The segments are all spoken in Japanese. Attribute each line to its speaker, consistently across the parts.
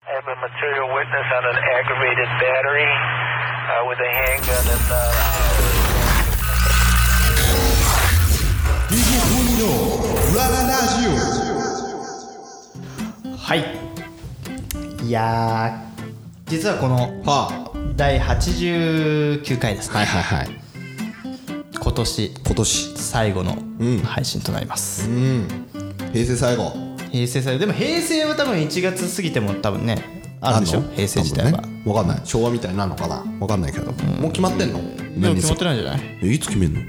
Speaker 1: have a material witness on an aggravated battery uh, with a handgun and. Uh,
Speaker 2: DJ トミーの裏ラジオ
Speaker 3: はいいやー実はこの
Speaker 2: は
Speaker 3: 第89回です
Speaker 2: あ
Speaker 3: ね、
Speaker 2: はいはいはい
Speaker 3: 今年
Speaker 2: 今年
Speaker 3: 最後の
Speaker 2: うん
Speaker 3: 配信となります、
Speaker 2: うん平成最後
Speaker 3: 平成最後でも平成は多分1月過ぎても多分ねあるんでしょ
Speaker 2: の
Speaker 3: 平成自体は、
Speaker 2: 多分ねわかんない昭和みたいになるのかなわかんないけどもう決まってんの
Speaker 3: でも
Speaker 2: 何に
Speaker 3: 決
Speaker 2: す
Speaker 3: ま
Speaker 2: る
Speaker 3: ってないんじゃない
Speaker 2: えいつ決めんの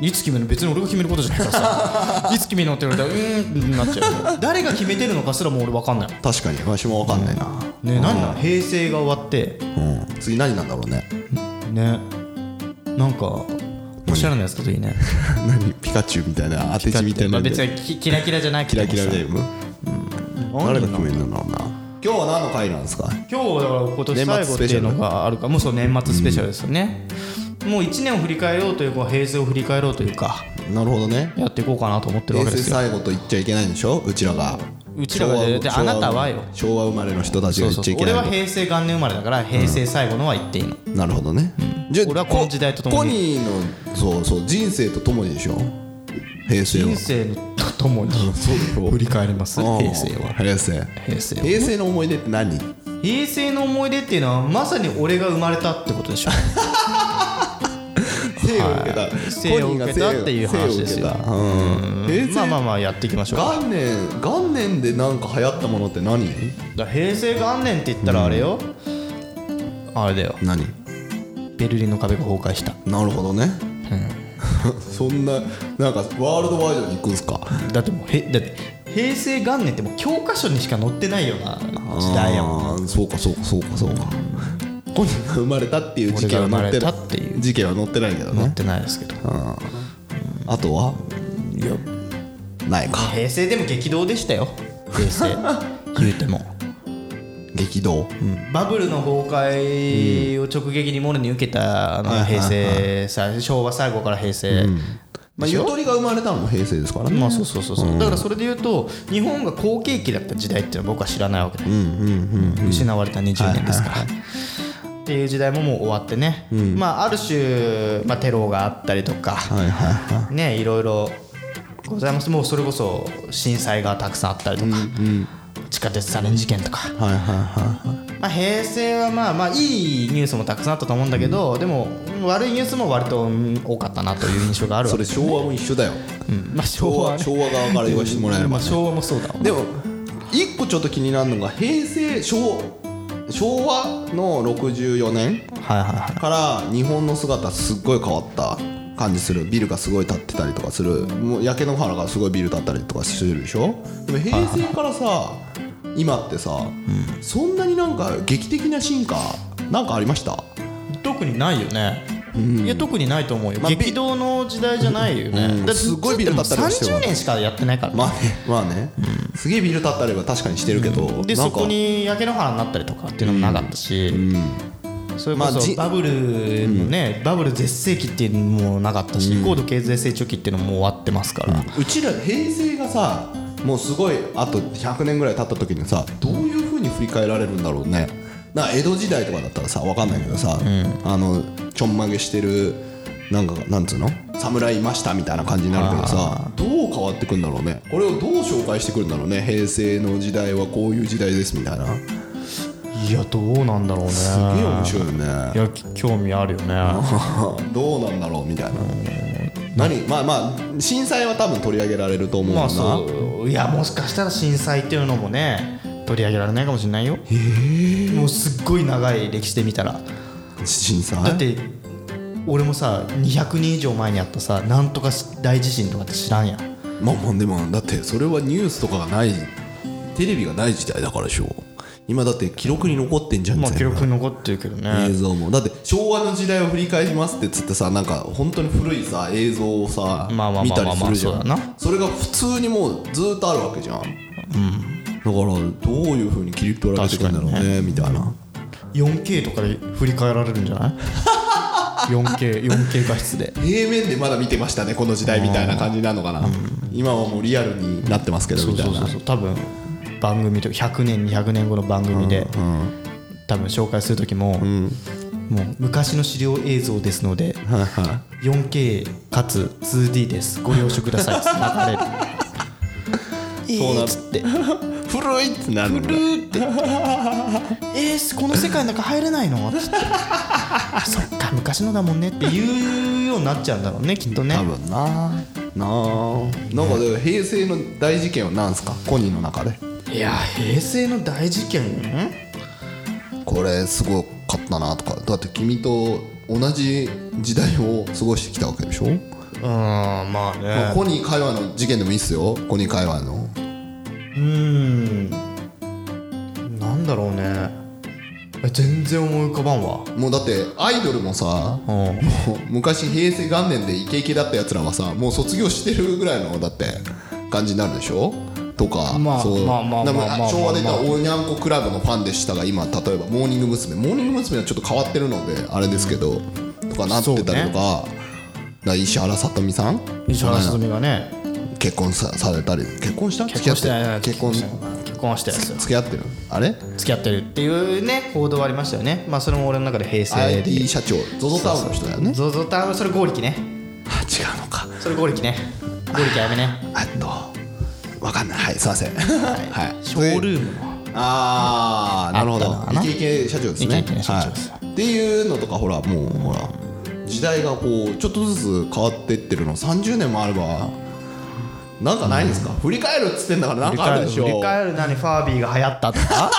Speaker 3: いつ決めるの別に俺が決めることじゃないからさ いつ決めるのって言われたらうーんってなっちゃう誰が決めてるのかすらもう俺分かんないね
Speaker 2: 確かにわしもわかんないな
Speaker 3: 何なの平成が終わって
Speaker 2: うん次何なんだろうね
Speaker 3: ねなんかおしゃれなやつだといいね
Speaker 2: 何ピカチュウみたいな当て字みたい
Speaker 3: ま
Speaker 2: な
Speaker 3: あ
Speaker 2: んで
Speaker 3: 別にキキラキラじゃなく
Speaker 2: キ
Speaker 3: ても
Speaker 2: ラ
Speaker 3: さ
Speaker 2: キラネーム誰が決め
Speaker 3: 今
Speaker 2: るんだろうな今日は何の回なんですか
Speaker 3: 日だから今年最後っていうのがあるかもうそう年末スペシャルですよね、もう1年を振り返ろうというか平成を振り返ろうというか
Speaker 2: なるほどね
Speaker 3: やっていこうかなと思ってるわ
Speaker 2: 平
Speaker 3: けで
Speaker 2: 成
Speaker 3: すよ
Speaker 2: 最後と言っちゃいけないんでしょうちらが
Speaker 3: うちらがでであなたはよ
Speaker 2: 昭和生まれの人たちが
Speaker 3: そう
Speaker 2: 言
Speaker 3: そ
Speaker 2: っ
Speaker 3: う
Speaker 2: ちゃ
Speaker 3: そう
Speaker 2: いけな
Speaker 3: 俺
Speaker 2: い
Speaker 3: は
Speaker 2: こと
Speaker 3: 平成元年生まれだから平成最後のは言っていいの、
Speaker 2: なるほどねじゃあ
Speaker 3: 俺はこの時代とともに
Speaker 2: ポニーのそうそう人生とともにでしょ平成は
Speaker 3: 人生のとともに
Speaker 2: そうでしょ
Speaker 3: 振り返ります
Speaker 2: うん
Speaker 3: 平成は
Speaker 2: 平成
Speaker 3: 平成は
Speaker 2: 平成の思い出って何
Speaker 3: 平成の思い出っていうのはまさに俺が生まれたってことでしょ
Speaker 2: 生を受けた
Speaker 3: 生を受けた
Speaker 2: ポニーが生を
Speaker 3: っていう話ですよ
Speaker 2: 生を受けたうん 平成
Speaker 3: まあまあまあやっていきましょう
Speaker 2: 元年元年でなんか流行ったものって何
Speaker 3: だから平成元年って言ったらあれよ、あれだよ
Speaker 2: 何
Speaker 3: ベルリンの壁が崩壊した
Speaker 2: なるほどね そんななんかワールドワイドに行くんすか
Speaker 3: だってもうへだって平成元年ってもう教科書にしか載ってないような時代やもん
Speaker 2: んそうかそうかそうかそうかコニーが生まれたっていう事件は載って
Speaker 3: 俺が生まれたっていう
Speaker 2: 事件は載ってないけど
Speaker 3: 載っ
Speaker 2: ね
Speaker 3: てないですけど
Speaker 2: あとはい
Speaker 3: や
Speaker 2: ないか
Speaker 3: 平成でも激動でしたよ平 成言うても、
Speaker 2: 激動
Speaker 3: バブルの崩壊を直撃にもろに受けた
Speaker 2: は
Speaker 3: あ
Speaker 2: い
Speaker 3: の
Speaker 2: はい
Speaker 3: 平
Speaker 2: はい
Speaker 3: 成さ昭和最後から平成、
Speaker 2: まあゆとりが生まれたのも平成ですからね
Speaker 3: まあそうそうそうそう、だからそれで言うと日本が好景気だった時代っていうのは僕は知らないわけで、失われた20年ですから、っていう時代ももう終わってね、まあある種、まあ、テロがあったりとか、
Speaker 2: はいはいはい
Speaker 3: ねいろいろございますもうそれこそ震災がたくさんあったりとか、地下鉄サリン事件とか、
Speaker 2: はいはいはいはい
Speaker 3: まあ、平成はまあまあいいニュースもたくさんあったと思うんだけど、でも悪いニュースも割とうん多かったなという印象があるわ
Speaker 2: そ
Speaker 3: け
Speaker 2: れ
Speaker 3: です
Speaker 2: 昭和も一緒だよ
Speaker 3: うんまあ昭
Speaker 2: 昭
Speaker 3: 和
Speaker 2: 和
Speaker 3: ね
Speaker 2: 昭和側から言わせてもらえれ
Speaker 3: ま
Speaker 2: ば
Speaker 3: あ
Speaker 2: ね
Speaker 3: 昭和もそうだわ
Speaker 2: でも一個ちょっと気になるのが平成昭昭和の64年
Speaker 3: はいはいはい
Speaker 2: から日本の姿すっごい変わった感じするビルがすごい建ってたりとかするもう焼け野原がすごいビル建ったりとかするでしょでも平成からさ今ってさ、そんなになんか劇的な進化なんかありました
Speaker 3: 特にないよね、いや特にないと思うよ、
Speaker 2: まあ
Speaker 3: 激動の時代じゃないよね、
Speaker 2: うん
Speaker 3: だって
Speaker 2: すごいビル建ったりはしてる
Speaker 3: 30年しかやってないから、
Speaker 2: まあねまあね、すげえビル建ったりは確かにしてるけど、
Speaker 3: で
Speaker 2: なん
Speaker 3: そ
Speaker 2: か
Speaker 3: こに焼け野原になったりとかっていうのもなかったし、それこ
Speaker 2: まあ
Speaker 3: そ
Speaker 2: じ
Speaker 3: バブルのね、バブル絶世期っていうのもなかったし、高度経済成長期っていうのも終わってますから、
Speaker 2: うちら平成がさもうすごいあと100年ぐらい経った時にさどういうふうに振り返られるんだろうねなんか江戸時代とかだったらさわかんないけどさ、あのちょんまげしてるなんかなんつうの侍いましたみたいな感じになるけどさどう変わってくんだろうねこれをどう紹介してくるんだろうね平成の時代はこういう時代ですみたいなす
Speaker 3: いやどうなんだろうねす
Speaker 2: げえ面白いよ
Speaker 3: い
Speaker 2: ね
Speaker 3: やき興味あるよね
Speaker 2: どうなんだろうみたいな何まあまあ震災は多分取り上げられると思う
Speaker 3: ま
Speaker 2: な
Speaker 3: あそういやもしかしたら震災っていうのもね取り上げられないかもしれないよもうすっごい長い歴史で見たら
Speaker 2: 震災
Speaker 3: だって俺もさ200人以上前にあったさなんとか大地震とかって知らんやん
Speaker 2: まあまあでもだってそれはニュースとかがないテレビがない時代だからでしょ今だって記録に残ってんじゃん
Speaker 3: まあ記
Speaker 2: 全部
Speaker 3: 録に残ってるけど
Speaker 2: 映
Speaker 3: ね
Speaker 2: 像もだって昭和の時代を振り返りますってつってさなんか本当に古いさ映像をさ
Speaker 3: まあまあまあまあ
Speaker 2: 見たりするじゃ
Speaker 3: そうんだな
Speaker 2: それが普通にもうずっとあるわけじゃん、だからどういうふうに切り取られていくんだろうねみたいな
Speaker 3: 4K とかで振り返られるん じゃない 4K, 4K 画質で
Speaker 2: 平面でまだ見てましたねこの時代みたいな感じなのかな、今はもうリアルになってますけどみたいな
Speaker 3: そう多分番組と100年200年後の番組で、多分紹介する時も、もう昔の資料映像ですので、4K かつ 2D ですご了承くださいって 流れる
Speaker 2: そう
Speaker 3: え
Speaker 2: な
Speaker 3: ー
Speaker 2: る
Speaker 3: っつって
Speaker 2: 古いってなる
Speaker 3: ルーってえー、この世界の中入れない のっつってあそっか昔のだもんねって言うようになっちゃうんだろうねきっとね
Speaker 2: 多分ななあなんかで平成の大事件は何すかコニーの中で
Speaker 3: いや平成の大事件ん
Speaker 2: これすごかったなとかだって君と同じ時代を過ごしてきたわけでしょ、
Speaker 3: うーんまあ
Speaker 2: まあ
Speaker 3: ね
Speaker 2: コニー会話の事件でもいいっすよコニー会話の
Speaker 3: うーんなんだろうねえ全然思い浮かばんわ
Speaker 2: もうだってアイドルもさ
Speaker 3: うん
Speaker 2: もう昔平成元年でイケイケだったやつらはさもう卒業してるぐらいのだって感じになるでしょとか、
Speaker 3: まあ
Speaker 2: そう
Speaker 3: まあまあ
Speaker 2: なんか
Speaker 3: まあまあ
Speaker 2: 昭和で言ったらおにゃんこクラブのファンでしたが今例えばモーニング娘。モーニング娘。はちょっと変わってるのであれですけどとかなってたりとか,、石原さとみさん
Speaker 3: 石原さとみがね
Speaker 2: 結婚さされたり結婚した
Speaker 3: 結婚してない
Speaker 2: 付き合って
Speaker 3: 結
Speaker 2: る
Speaker 3: 婚結婚はしてないですよ
Speaker 2: 結婚付き合ってるあれ
Speaker 3: 付き合ってるっていうね報道はありましたよねまあそれも俺の中で平成で
Speaker 2: IT 社長 ZOZO タウンの人だよね
Speaker 3: ゾゾタウンそれ剛力ね
Speaker 2: あ違うのか
Speaker 3: それ剛力ね剛力やめね
Speaker 2: あとわかんないはいすいませんはい
Speaker 3: ショールームの
Speaker 2: ああなるほ
Speaker 3: あった
Speaker 2: ど
Speaker 3: な
Speaker 2: イケイケ社長ですね
Speaker 3: イケイケ社長です
Speaker 2: はい、っていうのとかほらもうほら時代がこうちょっとずつ変わってってるの30年もあればなんかないんですか、振り返るっつってんだからなんかあるでしょ
Speaker 3: 振り返る何ファービーが流行ったと か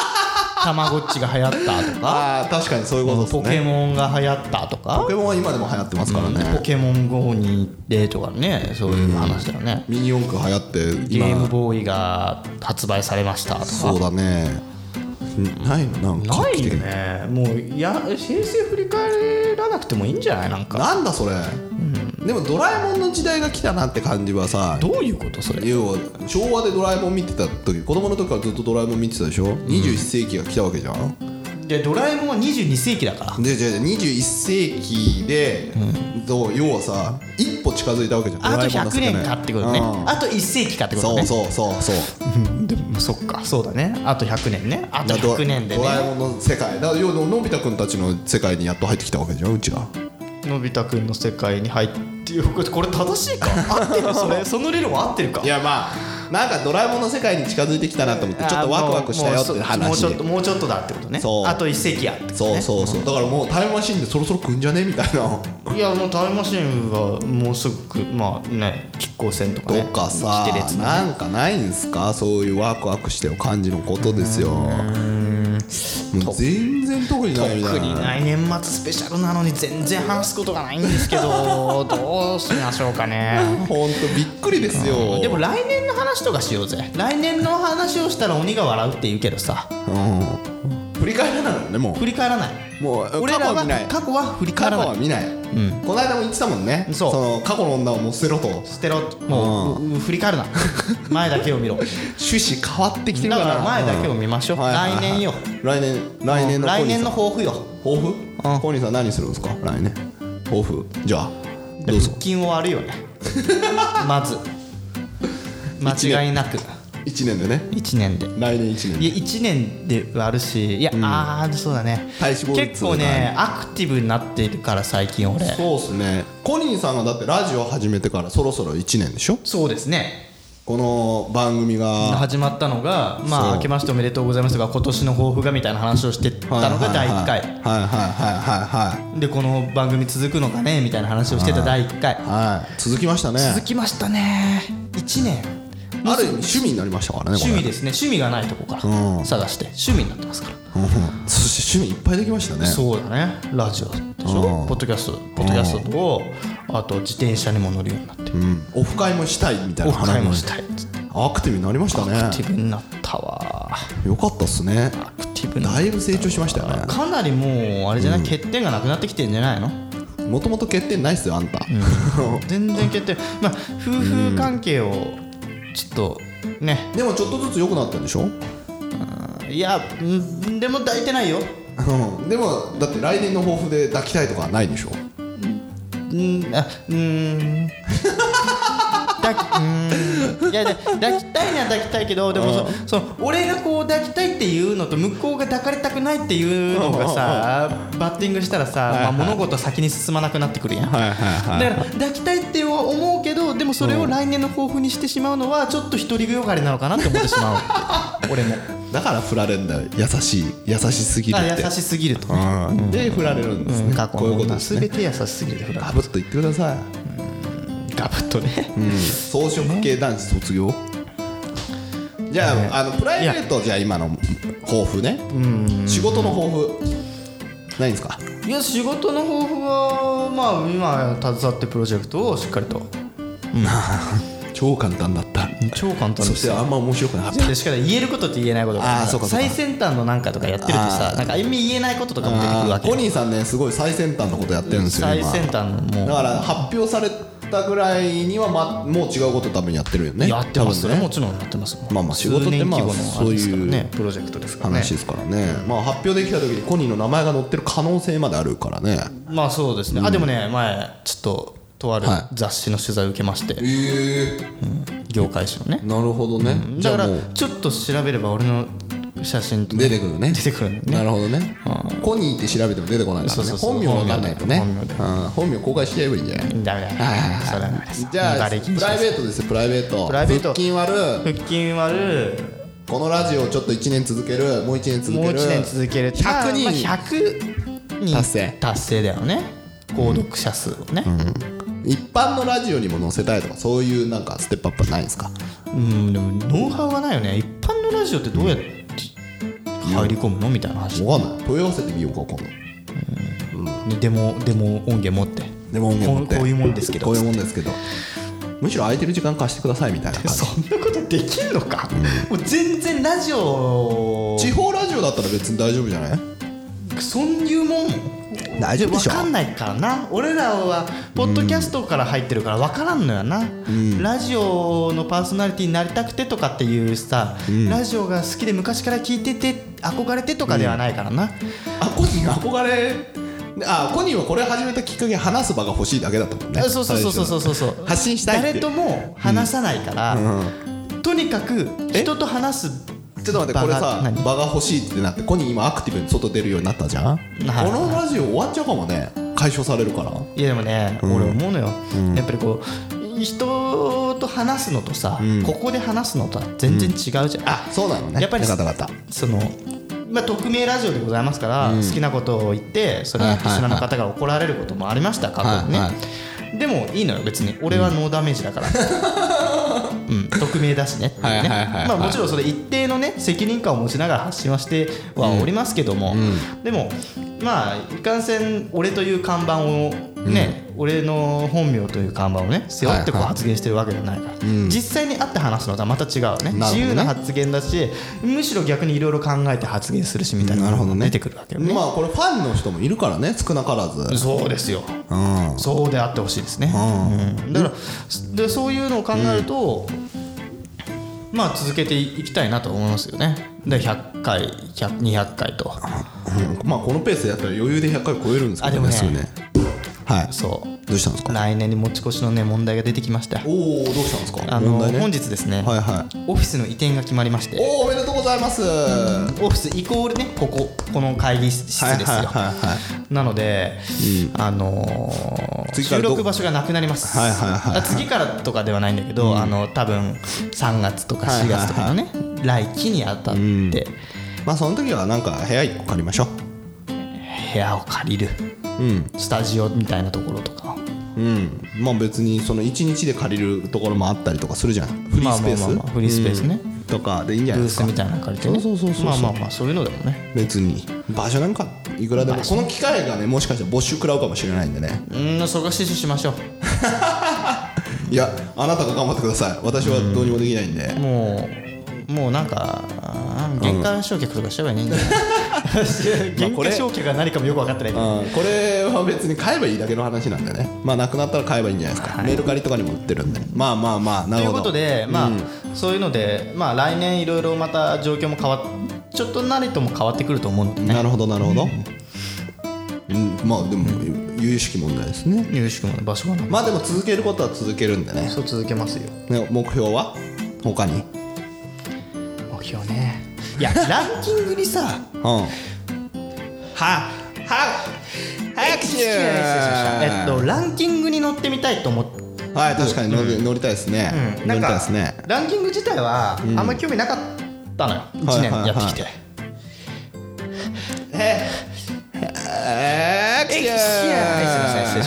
Speaker 3: たまごっちが流行ったとか
Speaker 2: ああ確かにそういうことですね
Speaker 3: ポケモンが流行ったとか
Speaker 2: ポケモンは今でも流行ってますからね、
Speaker 3: ポケモン GO に行ってとかねそういう話だよね
Speaker 2: ミニ四駆流行って
Speaker 3: ゲ
Speaker 2: 今
Speaker 3: ームボーイが発売されましたとか
Speaker 2: そうだねんないのなんか
Speaker 3: ないよねもういや平成振り返らなくてもいいんじゃないなんか
Speaker 2: なんだそれ、でも「ドラえもん」の時代が来たなって感じはさ
Speaker 3: どういうことそれ
Speaker 2: 要は昭和で「ドラえもん」見てた時子供の時からずっと「ドラえもん」見てたでしょ、21世紀が来たわけじゃん
Speaker 3: でドラえもんは22世紀だから
Speaker 2: でじゃあじゃあ21世紀で、どう要はさ一歩近づいたわけじゃん
Speaker 3: あ
Speaker 2: ドラ
Speaker 3: と
Speaker 2: えもん
Speaker 3: 100
Speaker 2: の世界
Speaker 3: 年かってことね
Speaker 2: うん
Speaker 3: あと1世紀かってこと
Speaker 2: そう
Speaker 3: ね
Speaker 2: そうそうそう
Speaker 3: でもそっかそうだねあと100年ねあと
Speaker 2: だからド
Speaker 3: 100年で
Speaker 2: ドラえ
Speaker 3: ね
Speaker 2: もんの世界だから要はのび太くんたちの世界にやっと入ってきたわけじゃんうちら
Speaker 3: のび太くんの世界に入っていうこれこれ正 しいか合ってるそれその理論は合ってるか
Speaker 2: いやまあなんかドラえもんの世界に近づいてきたなと思ってちょっとワクワクしたよっていう
Speaker 3: もうもう
Speaker 2: 話
Speaker 3: そもうちょ
Speaker 2: で
Speaker 3: っともうちょっとだってことね
Speaker 2: そう
Speaker 3: あと1世紀やってこと
Speaker 2: そう
Speaker 3: ね
Speaker 2: そうそうだからもうタイムマシンでそろそろ来んじゃねみたいない
Speaker 3: やもうタイムマシンはもうすぐまあね亀甲船とか
Speaker 2: と
Speaker 3: ね
Speaker 2: かさ
Speaker 3: 来てるやつね
Speaker 2: なんかないんすかそういうワクワクしてる感じのことですよもう全然特にないみた
Speaker 3: 特
Speaker 2: い
Speaker 3: に
Speaker 2: な
Speaker 3: 来年末スペシャルなのに全然話すことがないんですけ どどうしましょうかね
Speaker 2: ほんとびっくりですよ
Speaker 3: でも来年の話とかしようぜ来年の話をしたら鬼が笑うって言うけどさ
Speaker 2: うん振り返らないのねも
Speaker 3: 振り返らない
Speaker 2: もう
Speaker 3: 俺ら
Speaker 2: 過去は
Speaker 3: は
Speaker 2: 見ない
Speaker 3: 過去は振り
Speaker 2: う過
Speaker 3: 返
Speaker 2: 去
Speaker 3: らな
Speaker 2: はい見ないこの間も言ってたもんね
Speaker 3: そう
Speaker 2: の過去の女をもう捨てろと
Speaker 3: 捨てろもううう振り返るな前だけを見ろ
Speaker 2: 趣旨変わってきてる
Speaker 3: だ
Speaker 2: か
Speaker 3: からら前だけを見ましょう
Speaker 2: はいはいは
Speaker 3: 来
Speaker 2: い
Speaker 3: 年よ
Speaker 2: 来年来年の
Speaker 3: 来
Speaker 2: コニー
Speaker 3: 年
Speaker 2: さん
Speaker 3: の抱負よ
Speaker 2: 抱負コニーさん何するんですか来年抱負じゃあどう
Speaker 3: 腹
Speaker 2: ぞ
Speaker 3: 筋を割る よねまず間違いなく
Speaker 2: 1年でね
Speaker 3: 1年で
Speaker 2: 来年1年
Speaker 3: い
Speaker 2: で
Speaker 3: や1年ではあるしいや、ああそうだね
Speaker 2: 体脂肪率
Speaker 3: 結構ねアクティブになっているから最近俺そう
Speaker 2: そうっすねコニーさんがだってラジオ始めてからそろそろ1年でしょ
Speaker 3: ですね
Speaker 2: この番組が
Speaker 3: 始まったのが「
Speaker 2: そ
Speaker 3: ま
Speaker 2: う
Speaker 3: あ明けましておめでとうございます」が今年の抱負がみたいな話をしてたのが第1回、
Speaker 2: はいはいはいはいはい
Speaker 3: でこの番組続くのかねみたいな話をしてた第1回、
Speaker 2: はい、はい、続きましたね
Speaker 3: 続きましたね1年
Speaker 2: ある意味趣味になりましたからねこ
Speaker 3: 趣
Speaker 2: れ
Speaker 3: 味ですね趣味がないとこから探して趣味になってますから、
Speaker 2: うんそして趣味いっぱいできましたね
Speaker 3: そうだねラジオでしょポッドキャストポッドキャストとあと自転車にも乗るようになって
Speaker 2: うんオフ会もしたいみたい
Speaker 3: オ
Speaker 2: な
Speaker 3: フ会も
Speaker 2: 話
Speaker 3: したいっつって
Speaker 2: アクティブになりました
Speaker 3: アクテ
Speaker 2: ね
Speaker 3: ィブになったわ
Speaker 2: よかったっすね
Speaker 3: アクティブな
Speaker 2: だいぶ成長しましたよね
Speaker 3: かなりもうあれじゃない欠点がなくなってきてんじゃないの
Speaker 2: もともと欠点ないっすよあんた、
Speaker 3: 全然欠点まあ夫婦関係をちょっとね
Speaker 2: でもちょっとずつ良くなったんでしょ
Speaker 3: いやうんでも抱いてないよ
Speaker 2: うんでもだって来年の抱負で抱きたいとかはないでしょ
Speaker 3: うんあうん抱 抱きうーんいやで抱きたいには抱きたいけどでもそその俺がこう抱きたいっていうのと向こうが抱かれたくないっていうのがさバッティングしたらさ、まあ、物事先に進まなくなってくるやん、
Speaker 2: はいはいはい
Speaker 3: だから抱きたいって思うけどでもそれを来年の抱負にしてしまうのはちょっと独りよがりなのかなって思ってしま う俺も
Speaker 2: だから振られるんだよ優しい優しすぎる
Speaker 3: だ
Speaker 2: っ
Speaker 3: か
Speaker 2: て
Speaker 3: ら優しすぎると
Speaker 2: うんで振られるんですね、
Speaker 3: 過去
Speaker 2: こういうこと
Speaker 3: の
Speaker 2: です
Speaker 3: 全
Speaker 2: ね
Speaker 3: て優しすぎる
Speaker 2: ガブッと言ってください、
Speaker 3: ガブッとね
Speaker 2: 装飾系男子卒業じゃあ,、あのプライベートじゃあ今の抱負ね仕事の抱負ないんですか
Speaker 3: いや仕事の抱負はまあ今携わってプロジェクトをしっかりと
Speaker 2: 超簡単だった
Speaker 3: 超簡単で
Speaker 2: そ
Speaker 3: す
Speaker 2: して
Speaker 3: よ
Speaker 2: あんま面白くなかった
Speaker 3: でしかも言えることと言えないことと
Speaker 2: あーそうかそうか
Speaker 3: 最先端のなんかとかやってると
Speaker 2: あ
Speaker 3: さなんかあゆみ言えないこととかも出てくるわ
Speaker 2: あー
Speaker 3: け
Speaker 2: コ
Speaker 3: よ
Speaker 2: ニーさんねすごい最先端のことやってるんですよ
Speaker 3: 最
Speaker 2: 今
Speaker 3: 先端のもう
Speaker 2: だから発表されたぐらいには、ま、もう違うこと多分やってるよね
Speaker 3: やってます
Speaker 2: 多
Speaker 3: ね
Speaker 2: 分
Speaker 3: もちろんやってます
Speaker 2: まあまあ仕事ってまあ
Speaker 3: 数年規模のれですから
Speaker 2: そういう
Speaker 3: ねプロジェクトですからね
Speaker 2: 話ですからね、まあ、発表できた時にコニーの名前が載ってる可能性まであるからね
Speaker 3: まあそうですねあでもね前ちょっととある
Speaker 2: はい
Speaker 3: 雑誌の取材を受けまして
Speaker 2: ええ
Speaker 3: 業界誌のね
Speaker 2: なるほどね、じ
Speaker 3: だ
Speaker 2: ゃ
Speaker 3: か
Speaker 2: あ
Speaker 3: ら
Speaker 2: もう
Speaker 3: ちょっと調べれば俺の写真とか
Speaker 2: 出てくるね
Speaker 3: 出てくるんだよね
Speaker 2: なるほどねコニーって調べても出てこないか
Speaker 3: そ
Speaker 2: らね
Speaker 3: うそうそう
Speaker 2: 本名わかんないとね
Speaker 3: 本名で
Speaker 2: うん本名公開しちゃえばいいんじゃない
Speaker 3: ダメだよそれはダメです
Speaker 2: じゃあ
Speaker 3: バレー禁止
Speaker 2: プライベートですよプライベート
Speaker 3: プライベート
Speaker 2: 腹筋割る
Speaker 3: 腹筋割る
Speaker 2: このラジオをちょっと1年続けるもう1年続ける
Speaker 3: もう1年続ける
Speaker 2: 100人に
Speaker 3: まあ100人
Speaker 2: 達成
Speaker 3: 達成だよね購読者数をね
Speaker 2: 一般のラジオにも載せたいとかそういうなんかステップアップはないんですか
Speaker 3: うんでもノウハウがないよね一般のラジオってどうやって入り込むのみたいな話
Speaker 2: わかんない問い合わせてみようか今度
Speaker 3: でもでも音源持って
Speaker 2: でも音源持って
Speaker 3: こうこういうもんですけど
Speaker 2: こういうもんですけどむしろ空いてる時間貸してくださいみたいな感じ
Speaker 3: そんなことできんのか、もう全然ラジオ
Speaker 2: 地方ラジオだったら別に大丈夫じゃない
Speaker 3: そういうもん
Speaker 2: 大丈夫で
Speaker 3: わ
Speaker 2: しょ
Speaker 3: かんないからな俺らはポッドキャストから入ってるからわからんのよな、ラジオのパーソナリティになりたくてとかっていうさ、ラジオが好きで昔から聞いてて憧れてとかではないからな、
Speaker 2: あコニー憧れあコニーはこれ始めたきっかけ話す場が欲しいだけだったもんね
Speaker 3: そうそうそうそうそうそうそう
Speaker 2: 発信したいって
Speaker 3: 誰とも話さないから、とにかく人と話す
Speaker 2: ちょっと待ってこれさ
Speaker 3: 場が何
Speaker 2: 場が欲しいってなってコニー今アクティブに外出るようになったじゃんこ
Speaker 3: はい
Speaker 2: のラジオ終わっちゃうかもね解消されるから
Speaker 3: いやでもね、俺思うのよ、やっぱりこう人と話すのとさ、ここで話すのとは全然違うじゃん、
Speaker 2: あそうなのね
Speaker 3: やっぱり
Speaker 2: よかったよかった
Speaker 3: その、まあ、匿名ラジオでございますから、好きなことを言ってそれに
Speaker 2: は
Speaker 3: リ
Speaker 2: い
Speaker 3: ス
Speaker 2: はいはい
Speaker 3: ナーの方が怒られることもありました過去にね、
Speaker 2: はいは
Speaker 3: でもいいのよ別に俺はノーダメージだ から、うん匿名だしねっていうね
Speaker 2: はいはいはいはい
Speaker 3: まあもちろんそれ一定のね責任感を持ちながら発信はしてはおりますけども、でもまあいかんせん俺という看板をね、俺の本名という看板をね背負ってこ
Speaker 2: は
Speaker 3: う
Speaker 2: いはい
Speaker 3: 発言してるわけじゃないから、実際に会って話すのとはまた違うね
Speaker 2: なるほどね
Speaker 3: 自由な発言だしむしろ逆にいろいろ考えて発言するしみたいな
Speaker 2: なる
Speaker 3: の
Speaker 2: ほど
Speaker 3: が
Speaker 2: ね
Speaker 3: 出てくるわけよね
Speaker 2: まあこれファンの人もいるからね少なからずう
Speaker 3: そうですよ
Speaker 2: ん
Speaker 3: そうであってほしいですね、うんだからでそういうのを考えると、まあ続けていきたいなと思いますよねで100回100 200回と
Speaker 2: まあこのペースでやったら余裕で100回超えるんですけどね
Speaker 3: あでもね
Speaker 2: すぐねはい
Speaker 3: そう
Speaker 2: どうしたんですか
Speaker 3: 来年に持ち越しのね問題が出てきました
Speaker 2: おおどうしたんですか
Speaker 3: あの
Speaker 2: 問題ね
Speaker 3: 本日ですね、
Speaker 2: はいはい
Speaker 3: オフィスの移転が決まりまして
Speaker 2: おおおめでとうございますは
Speaker 3: オフィスイコールねこここの会議室ですよ、
Speaker 2: いはいはいはい
Speaker 3: なので、あのー
Speaker 2: 次から
Speaker 3: 収
Speaker 2: ど
Speaker 3: 録場所がなくなります、
Speaker 2: はいはいはいはい
Speaker 3: あ次からとかではないんだけど、あの多分3月とか
Speaker 2: はいは
Speaker 3: 4
Speaker 2: いはい
Speaker 3: 月とかのね、来期にあたって、
Speaker 2: まあその時はなんか部屋1個借りましょ
Speaker 3: 部屋を借りる
Speaker 2: ううん
Speaker 3: スタジオみたいなところとか
Speaker 2: うんまあ別にその1日で借りるところもあったりとかするじゃんフリースペース、
Speaker 3: まあまあまあまあフリースペースね、
Speaker 2: とかでいいんじゃ
Speaker 3: ブ
Speaker 2: ないで
Speaker 3: ー
Speaker 2: す
Speaker 3: ス
Speaker 2: か
Speaker 3: みたいなの借りて、ね、
Speaker 2: そうそうそうそう
Speaker 3: まあまあまあそういうのでもね
Speaker 2: 別に場所なんかいくらでもこの機会がねもしかしたら没収食らうかもしれないんでね
Speaker 3: うんそこは死守しましょ
Speaker 2: いやあなたが頑張ってください私はどうにもできないんで、
Speaker 3: うもうもうなんかあー減価償却とかしればいいん じゃない減価償却が何かもよく分かってないけど
Speaker 2: うんこれは別に買えばいいだけの話なんでねまあなくなったら買えばいいんじゃないですか、メルカリとかにも売ってるんでまあまあまあな
Speaker 3: とい
Speaker 2: る
Speaker 3: う
Speaker 2: ほ
Speaker 3: こ
Speaker 2: ど
Speaker 3: とで、まあそういうので、まあ、来年いろいろまた状況も変わっちょっとなりとも変わってくると思うのでね
Speaker 2: なるほどなるほど、うんまあでも由々しき問題ですね
Speaker 3: 入手の場所はな
Speaker 2: まあでも続けることは続けるんでね
Speaker 3: そう続けますよ
Speaker 2: ね目標は他に
Speaker 3: 目標ねいや ランキングにさは
Speaker 2: うん
Speaker 3: は早くしようえっとランキングに乗ってみたいと思って
Speaker 2: はい確かに乗り,、乗りたいですね、
Speaker 3: う
Speaker 2: 乗
Speaker 3: んなん
Speaker 2: りたいで
Speaker 3: か
Speaker 2: すね
Speaker 3: ランキング自体はあんまり興味なかったのよ1
Speaker 2: はい
Speaker 3: 年やってきて
Speaker 2: は
Speaker 3: ええええええええ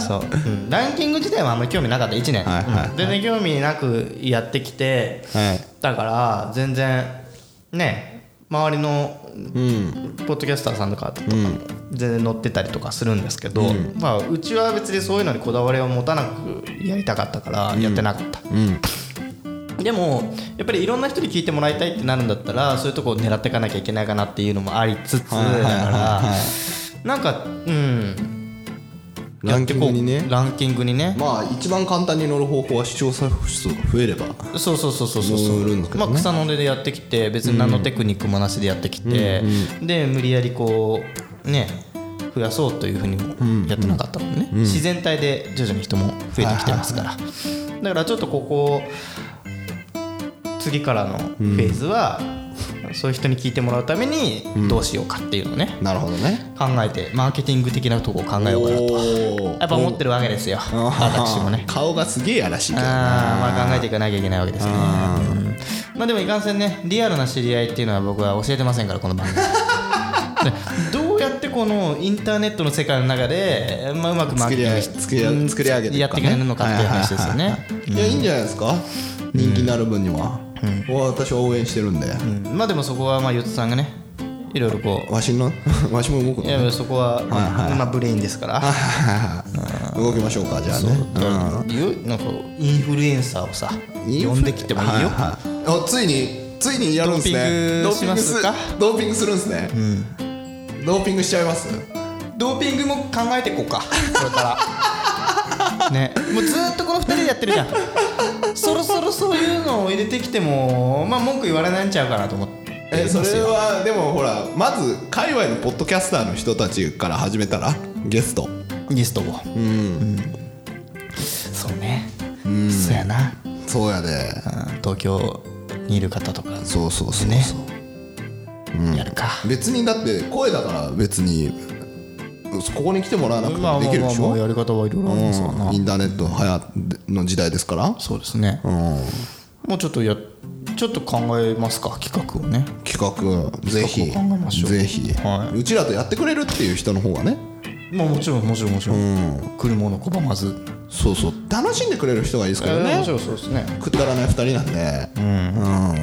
Speaker 3: そううんランキング自体はあんまり興味なかった1年
Speaker 2: はいはいはい
Speaker 3: うん全然興味なくやってきて
Speaker 2: はい
Speaker 3: だから全然ね周りの
Speaker 2: うん
Speaker 3: ポッドキャスターさんとかと
Speaker 2: うん
Speaker 3: 全然乗ってたりとかするんですけど、まあ、うちは別にそういうのにこだわりを持たなくやりたかったからやってなかった、
Speaker 2: うん
Speaker 3: でもやっぱりいろんな人に聞いてもらいたいってなるんだったらそういうとこを狙っていかなきゃいけないかなっていうのもありつつだか
Speaker 2: はいはいはい
Speaker 3: ら
Speaker 2: は
Speaker 3: なんかうん
Speaker 2: いランキングに
Speaker 3: や
Speaker 2: ね
Speaker 3: ってこうランキングにね
Speaker 2: まあ一番簡単に乗る方法は視聴者数が増えれば
Speaker 3: そうそうそうそうそうそう
Speaker 2: 乗るんですけど
Speaker 3: ま
Speaker 2: ね
Speaker 3: あ、草の根でやってきて別に何のテクニックもなしでやってきて、で無理やりこうね増やそうというふうにもやってなかったもんね、自然体で徐々に人も増えてきてますから、だからちょっとここ次からのフェーズは、そういう人に聞いてもらうためにどうしようかっていうのをね、
Speaker 2: なるほどね
Speaker 3: 考えてマーケティング的なとこを考えようかなと
Speaker 2: お
Speaker 3: やっぱ思ってるわけですよ私も ね
Speaker 2: 顔がすげえやらしいけど
Speaker 3: あーまあ考えていかなきゃいけないわけですね、うんまあでもいかんせんねリアルな知り合いっていうのは僕は教えてませんからこの番 組ねどうやってこのインターネットの世界の中で、まあ、うまくマーケティングし
Speaker 2: 作り上げ作り上げていくかね
Speaker 3: やっていけるのかっていう話ですよ
Speaker 2: はい
Speaker 3: ね、
Speaker 2: いやいいんじゃないですか人気になる分には私は応援してるんで
Speaker 3: うんまあでもそこはまあゆつさんがねいろいろこ
Speaker 2: わしの わしも動く
Speaker 3: うい
Speaker 2: の
Speaker 3: やそこは、まあ、ブレインですから、
Speaker 2: 動きましょうかじゃあね
Speaker 3: よなんかインフルエンサーをさ
Speaker 2: インフ
Speaker 3: 呼んできてもいいよ、
Speaker 2: ははいあついについにやるんですね
Speaker 3: ドーピングしますか
Speaker 2: ドーピングすドーピングするんですねドーピングしちゃいます
Speaker 3: ドーピングも考えていこうかこれ からねもうずーっとこの2人でやってるじゃんそろそろそういうのを入れてきてもまあ文句言われないんちゃうかなと思って
Speaker 2: えそ
Speaker 3: ます
Speaker 2: れ
Speaker 3: よ
Speaker 2: はでもほらまず界隈のポッドキャスターの人たちから始めたらゲスト
Speaker 3: リストをうん、そうねうんそうやな
Speaker 2: そうやで
Speaker 3: うん東京にいる方とか
Speaker 2: そうそうそう
Speaker 3: ね
Speaker 2: そう
Speaker 3: やるか、
Speaker 2: 別にだって声だから別にここに来てもらわなくて
Speaker 3: まあ
Speaker 2: もできるでしょ
Speaker 3: やり方はいろいろあるんですよな、
Speaker 2: うんインターネットはやの時代ですから
Speaker 3: そうですね、もうちょっとやちょっと考えますか企画をね
Speaker 2: 企画ぜひ
Speaker 3: 企画考えましょう
Speaker 2: ぜひ
Speaker 3: はいう
Speaker 2: ちらとやってくれるっていう人の方がね
Speaker 3: まあもちろんもちろんもちろん、車の拒まず
Speaker 2: そうそう楽しんでくれる人がいいですからね
Speaker 3: ろんそうですね
Speaker 2: くだらない2人なんでうん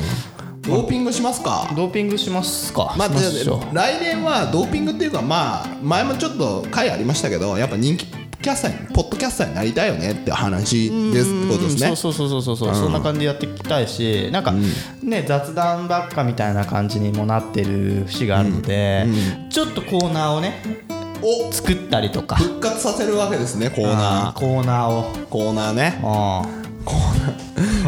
Speaker 2: ドーピングしますか
Speaker 3: ドーピングしますか
Speaker 2: まあ、
Speaker 3: しまし
Speaker 2: じゃ
Speaker 3: ょ
Speaker 2: あ来年はドーピングっていうかまあ前もちょっと回ありましたけどやっぱ人気キャスターにポッドキャスターになりたいよねって話ですってことで
Speaker 3: うん
Speaker 2: すね
Speaker 3: そうそうそうそうそう、そんな感じでやっていきたいしなんか、ね雑談ばっかみたいな感じにもなってる節があるので、ちょっとコーナーをね
Speaker 2: お
Speaker 3: 作ったりとか
Speaker 2: 復活させるわけですねコーナー
Speaker 3: コーナーを
Speaker 2: コーナーね
Speaker 3: うん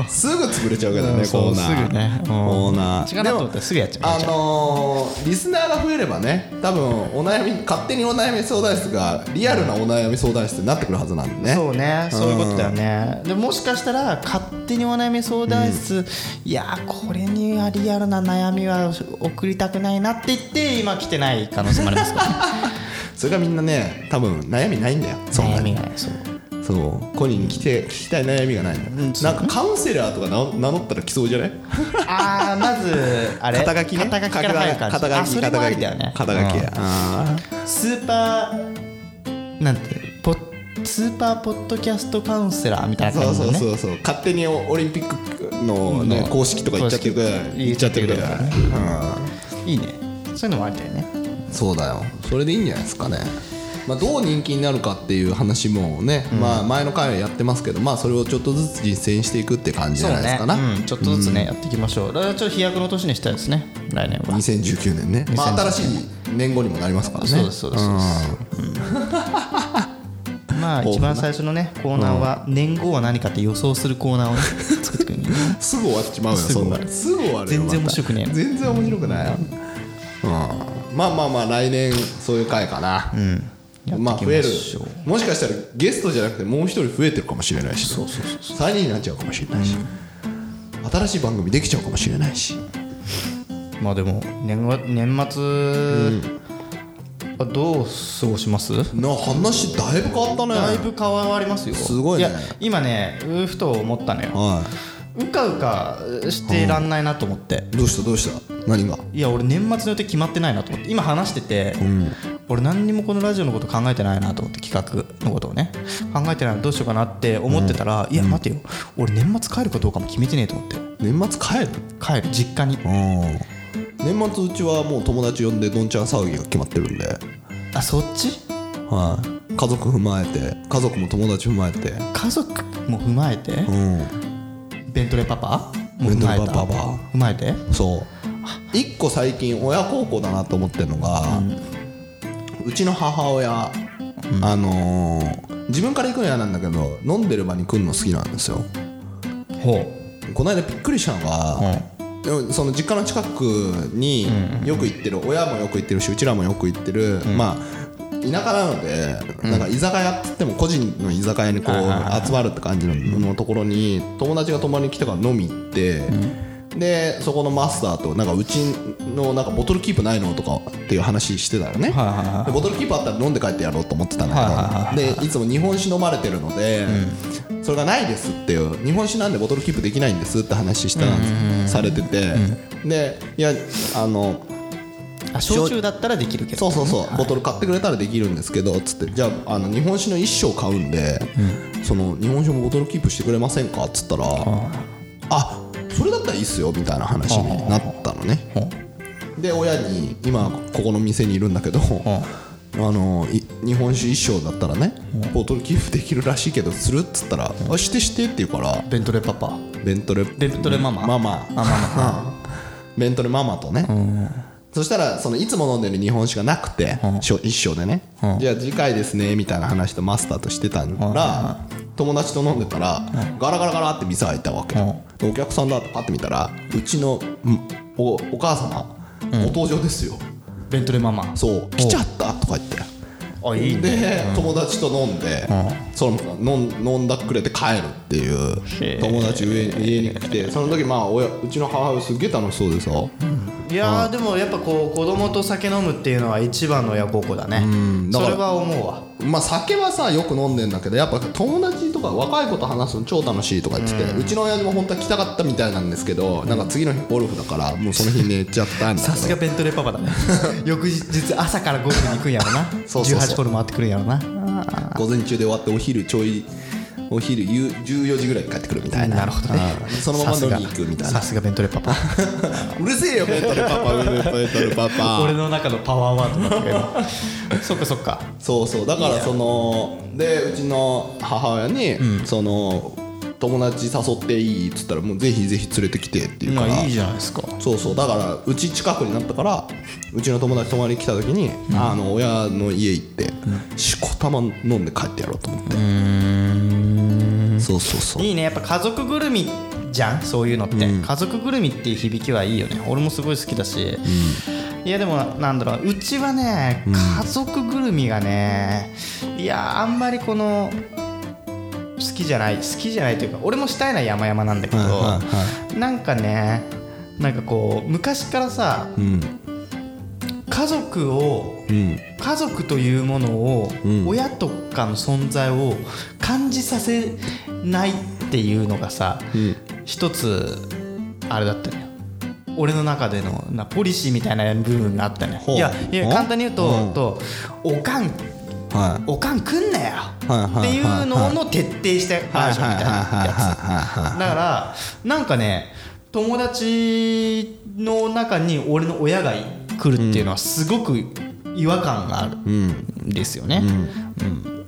Speaker 2: すぐ潰れちゃうけどね、
Speaker 3: うんそう
Speaker 2: コーナー
Speaker 3: すぐねうん
Speaker 2: コーナー
Speaker 3: 違うなと思ったらすぐやっちゃうや
Speaker 2: あ
Speaker 3: っちゃう
Speaker 2: のーリスナーが増えればね多分お悩み勝手にお悩み相談室がリアルなお悩み相談室になってくるはずなんでね
Speaker 3: そうねそういうことだよね、でもしかしたら勝手にお悩み相談室、いやーこれにはリアルな悩みは送りたくないなって言って今来てない可能性もありますから、ね、
Speaker 2: それがみんなね多分悩みないんだよそんな
Speaker 3: 悩み
Speaker 2: に
Speaker 3: がねそう
Speaker 2: そうコニーに来て聞きたい悩みがないんだよ、なんかカウンセラーとか名名乗ったら来そうじゃない
Speaker 3: ああまずあれ
Speaker 2: 肩書きね
Speaker 3: 肩書きから入る感じ
Speaker 2: 肩書
Speaker 3: あ
Speaker 2: き
Speaker 3: それもありだよね
Speaker 2: 肩書きや、あ
Speaker 3: うんスーパーなんてポッスーパーポッドキャストカウンセラーみたい
Speaker 2: ー
Speaker 3: な
Speaker 2: そ
Speaker 3: 感
Speaker 2: う
Speaker 3: じの
Speaker 2: そう
Speaker 3: ね
Speaker 2: そうそう勝手にオリンピックの、ね
Speaker 3: うん
Speaker 2: 公式とか言っちゃってくれ
Speaker 3: 公式
Speaker 2: 言っちゃってくれ
Speaker 3: 言っちゃっていいねそういうのもありだよね
Speaker 2: そうだよそれでいいんじゃないですかね、まあ、どう人気になるかっていう話もね、まあ、前の回はやってますけど、まあ、それをちょっとずつ実践していくって感じじゃないですかな、
Speaker 3: うん、ちょっとずつね、やっていきましょうだからちょっと飛躍の年にしたいですね来年は、
Speaker 2: 2019年ね、まあ、新しい年後にもなりますからね
Speaker 3: そうですそうですそうです、 うんまあ一番最初のねコーナーは年号は何かって予想するコーナー をね作ってくるんでね
Speaker 2: すぐ終わっちまうよ
Speaker 3: すぐ
Speaker 2: そん
Speaker 3: 終わ
Speaker 2: な
Speaker 3: る
Speaker 2: すぐ終わるよ
Speaker 3: 全然面白くねえ
Speaker 2: また全然面白くないよ、うんまあまあまあ来年そういう回かな、まあ増えるもしかしたらゲストじゃなくてもう一人増えてるかもしれないしそうそうそう3人になっちゃうかもしれないし、新しい番組できちゃうかもしれないし
Speaker 3: まあでも年が年末、あどう過ごします
Speaker 2: な話だいぶ変わったね
Speaker 3: だいぶ変わりますよ
Speaker 2: すごいね
Speaker 3: や今ねうふと思ったのよ
Speaker 2: は
Speaker 3: うかうかしてらんないなと思って、
Speaker 2: いどうしたどうした何が
Speaker 3: いや俺年末の予定決まってないなと思って今話してて、俺何にもこのラジオのこと考えてないなと思って企画のことをね考えてないのどうしようかなって思ってたら、いや待てよ俺年末帰るかどうかも決めてねえと思って
Speaker 2: 年末帰る
Speaker 3: 帰る実家に
Speaker 2: 年末うちはもう友達呼んでどんちゃん騒ぎが決まってるんで、
Speaker 3: あそっち
Speaker 2: はい、家族踏まえて家族も友達踏まえて
Speaker 3: 家族も踏まえて、
Speaker 2: うん
Speaker 3: ベントレーパパも踏まえ
Speaker 2: ベントレー
Speaker 3: た
Speaker 2: パパ
Speaker 3: 踏まえて
Speaker 2: そう一個最近親孝行だなと思ってるのが、うちの母親、あのー自分から行くの嫌なんだけど飲んでる場に来るの好きなんですよ
Speaker 3: ほ
Speaker 2: この間びっくりしたのが、でもその実家の近くによく行ってる親もよく行ってるしうちらもよく行ってる、まあ田舎なのでなんか居酒屋って言っても個人の居酒屋にこう集まるって感じののところに友達が泊まりに来てから飲み行って。でそこのマスターとなんかうちのなんかボトルキープないのとかっていう話してたよね、
Speaker 3: はいはいはい
Speaker 2: でボトルキープあったら飲んで帰ってやろうと思ってたんだけど、
Speaker 3: はいはいはいはい
Speaker 2: でいつも日本酒飲まれてるので、それがないですっていう日本酒なんでボトルキープできないんですって話したされてて、でいやあの
Speaker 3: うあ焼酎だったらできるけ
Speaker 2: そ
Speaker 3: ど
Speaker 2: うそうそう、ボトル買ってくれたらできるんですけどつってじゃああの日本酒の一升買うんで、その日本酒もボトルキープしてくれませんかっつったら、あそれだったらいいっすよみたいな話になったのね、で親に今ここの店にいるんだけど、あのい日本酒一升だったらね、ボトル寄付できるらしいけどするっつったら「あしてして」って言うから
Speaker 3: ベントレーパパ
Speaker 2: ベントレ
Speaker 3: ベントレママ
Speaker 2: ママ
Speaker 3: あママ
Speaker 2: ベントレママとね、そしたらそのいつも飲んでる日本酒がなくて、しょ一升でね、じゃあ次回ですねみたいな話とマスターとしてたら、友達と飲んでたら、ガラガラガラって店開いたわけ、でお客さんだってパッて見たらうちのうんおお母様、ご登場ですよ
Speaker 3: ベントレママ
Speaker 2: そう来ちゃったとか言って。
Speaker 3: あいいね
Speaker 2: で、友達と飲んで、その飲ん飲んだくれて帰るってい
Speaker 3: へ
Speaker 2: う
Speaker 3: え
Speaker 2: 友達上家に来てその時まあ親うちの母親すっげえ楽しそうでさ、
Speaker 3: いやーでもやっぱこう子供と酒飲むっていうのは一番の親孝行だね
Speaker 2: んだか
Speaker 3: そ
Speaker 2: ら
Speaker 3: れは思うわ
Speaker 2: まあ酒はさよく飲んでんだけどやっぱ友達とか若い子と話すの超楽しいとか言ってて、うちの親父も本当は来たかったみたいなんですけど、なんか次の日ゴルフだからもうその日寝ちゃったんだけど
Speaker 3: さすがベントレーパパだね 翌日朝からゴルフに行くんやろな
Speaker 2: そうそうそう
Speaker 3: 18ホール回ってくるんやろな
Speaker 2: 午前中で終わってお昼ちょいお昼夕14時ぐらいに帰ってくるみたいな
Speaker 3: なるほどね
Speaker 2: うんそのまま飲みに行くみたいな
Speaker 3: さすがベントレーパパ
Speaker 2: うるせえよベントルパパベントルパパ
Speaker 3: 俺の中のパワーワードだったけど そっかそっか
Speaker 2: そうそうだからそのでうちの母親に、その友達誘っていいっつったらもうぜひぜひ連れてきてっていう
Speaker 3: ま
Speaker 2: か
Speaker 3: あ
Speaker 2: ら
Speaker 3: いいじゃないですか
Speaker 2: そうそうだからうち近くになったからうちの友達泊まりに来た時に、あの親の家行って、しこたま飲んで帰ってやろうと思ってそうそうそう
Speaker 3: いいねやっぱ家族ぐるみじゃんそういうのって、家族ぐるみっていう響きはいいよね俺もすごい好きだし、いやでもなんだろううちはね家族ぐるみがね、いやあんまりこの好きじゃない好きじゃないというか俺もしたいな山々なんだけど、
Speaker 2: はいは
Speaker 3: なんかねなんかこう昔からさ
Speaker 2: うん
Speaker 3: 家族を
Speaker 2: うん
Speaker 3: 家族というものを、
Speaker 2: うん
Speaker 3: 親とかの存在を感じさせないっていうのがさ、
Speaker 2: ん
Speaker 3: 一つあれだったのよ俺の中でのなポリシーみたいな部分があったのよ
Speaker 2: ほう
Speaker 3: いやいや
Speaker 2: ほう
Speaker 3: 簡単に言うと,、
Speaker 2: うん
Speaker 3: とおかん
Speaker 2: はい
Speaker 3: おかんくんなよ
Speaker 2: はいはいはいはい
Speaker 3: っていうのの徹底して
Speaker 2: はい
Speaker 3: 話み
Speaker 2: はい
Speaker 3: たいな
Speaker 2: はい
Speaker 3: やつ
Speaker 2: はいはい
Speaker 3: だからなんかね友達の中に俺の親が来るっていうのはすごく違和感があるんですよね、うん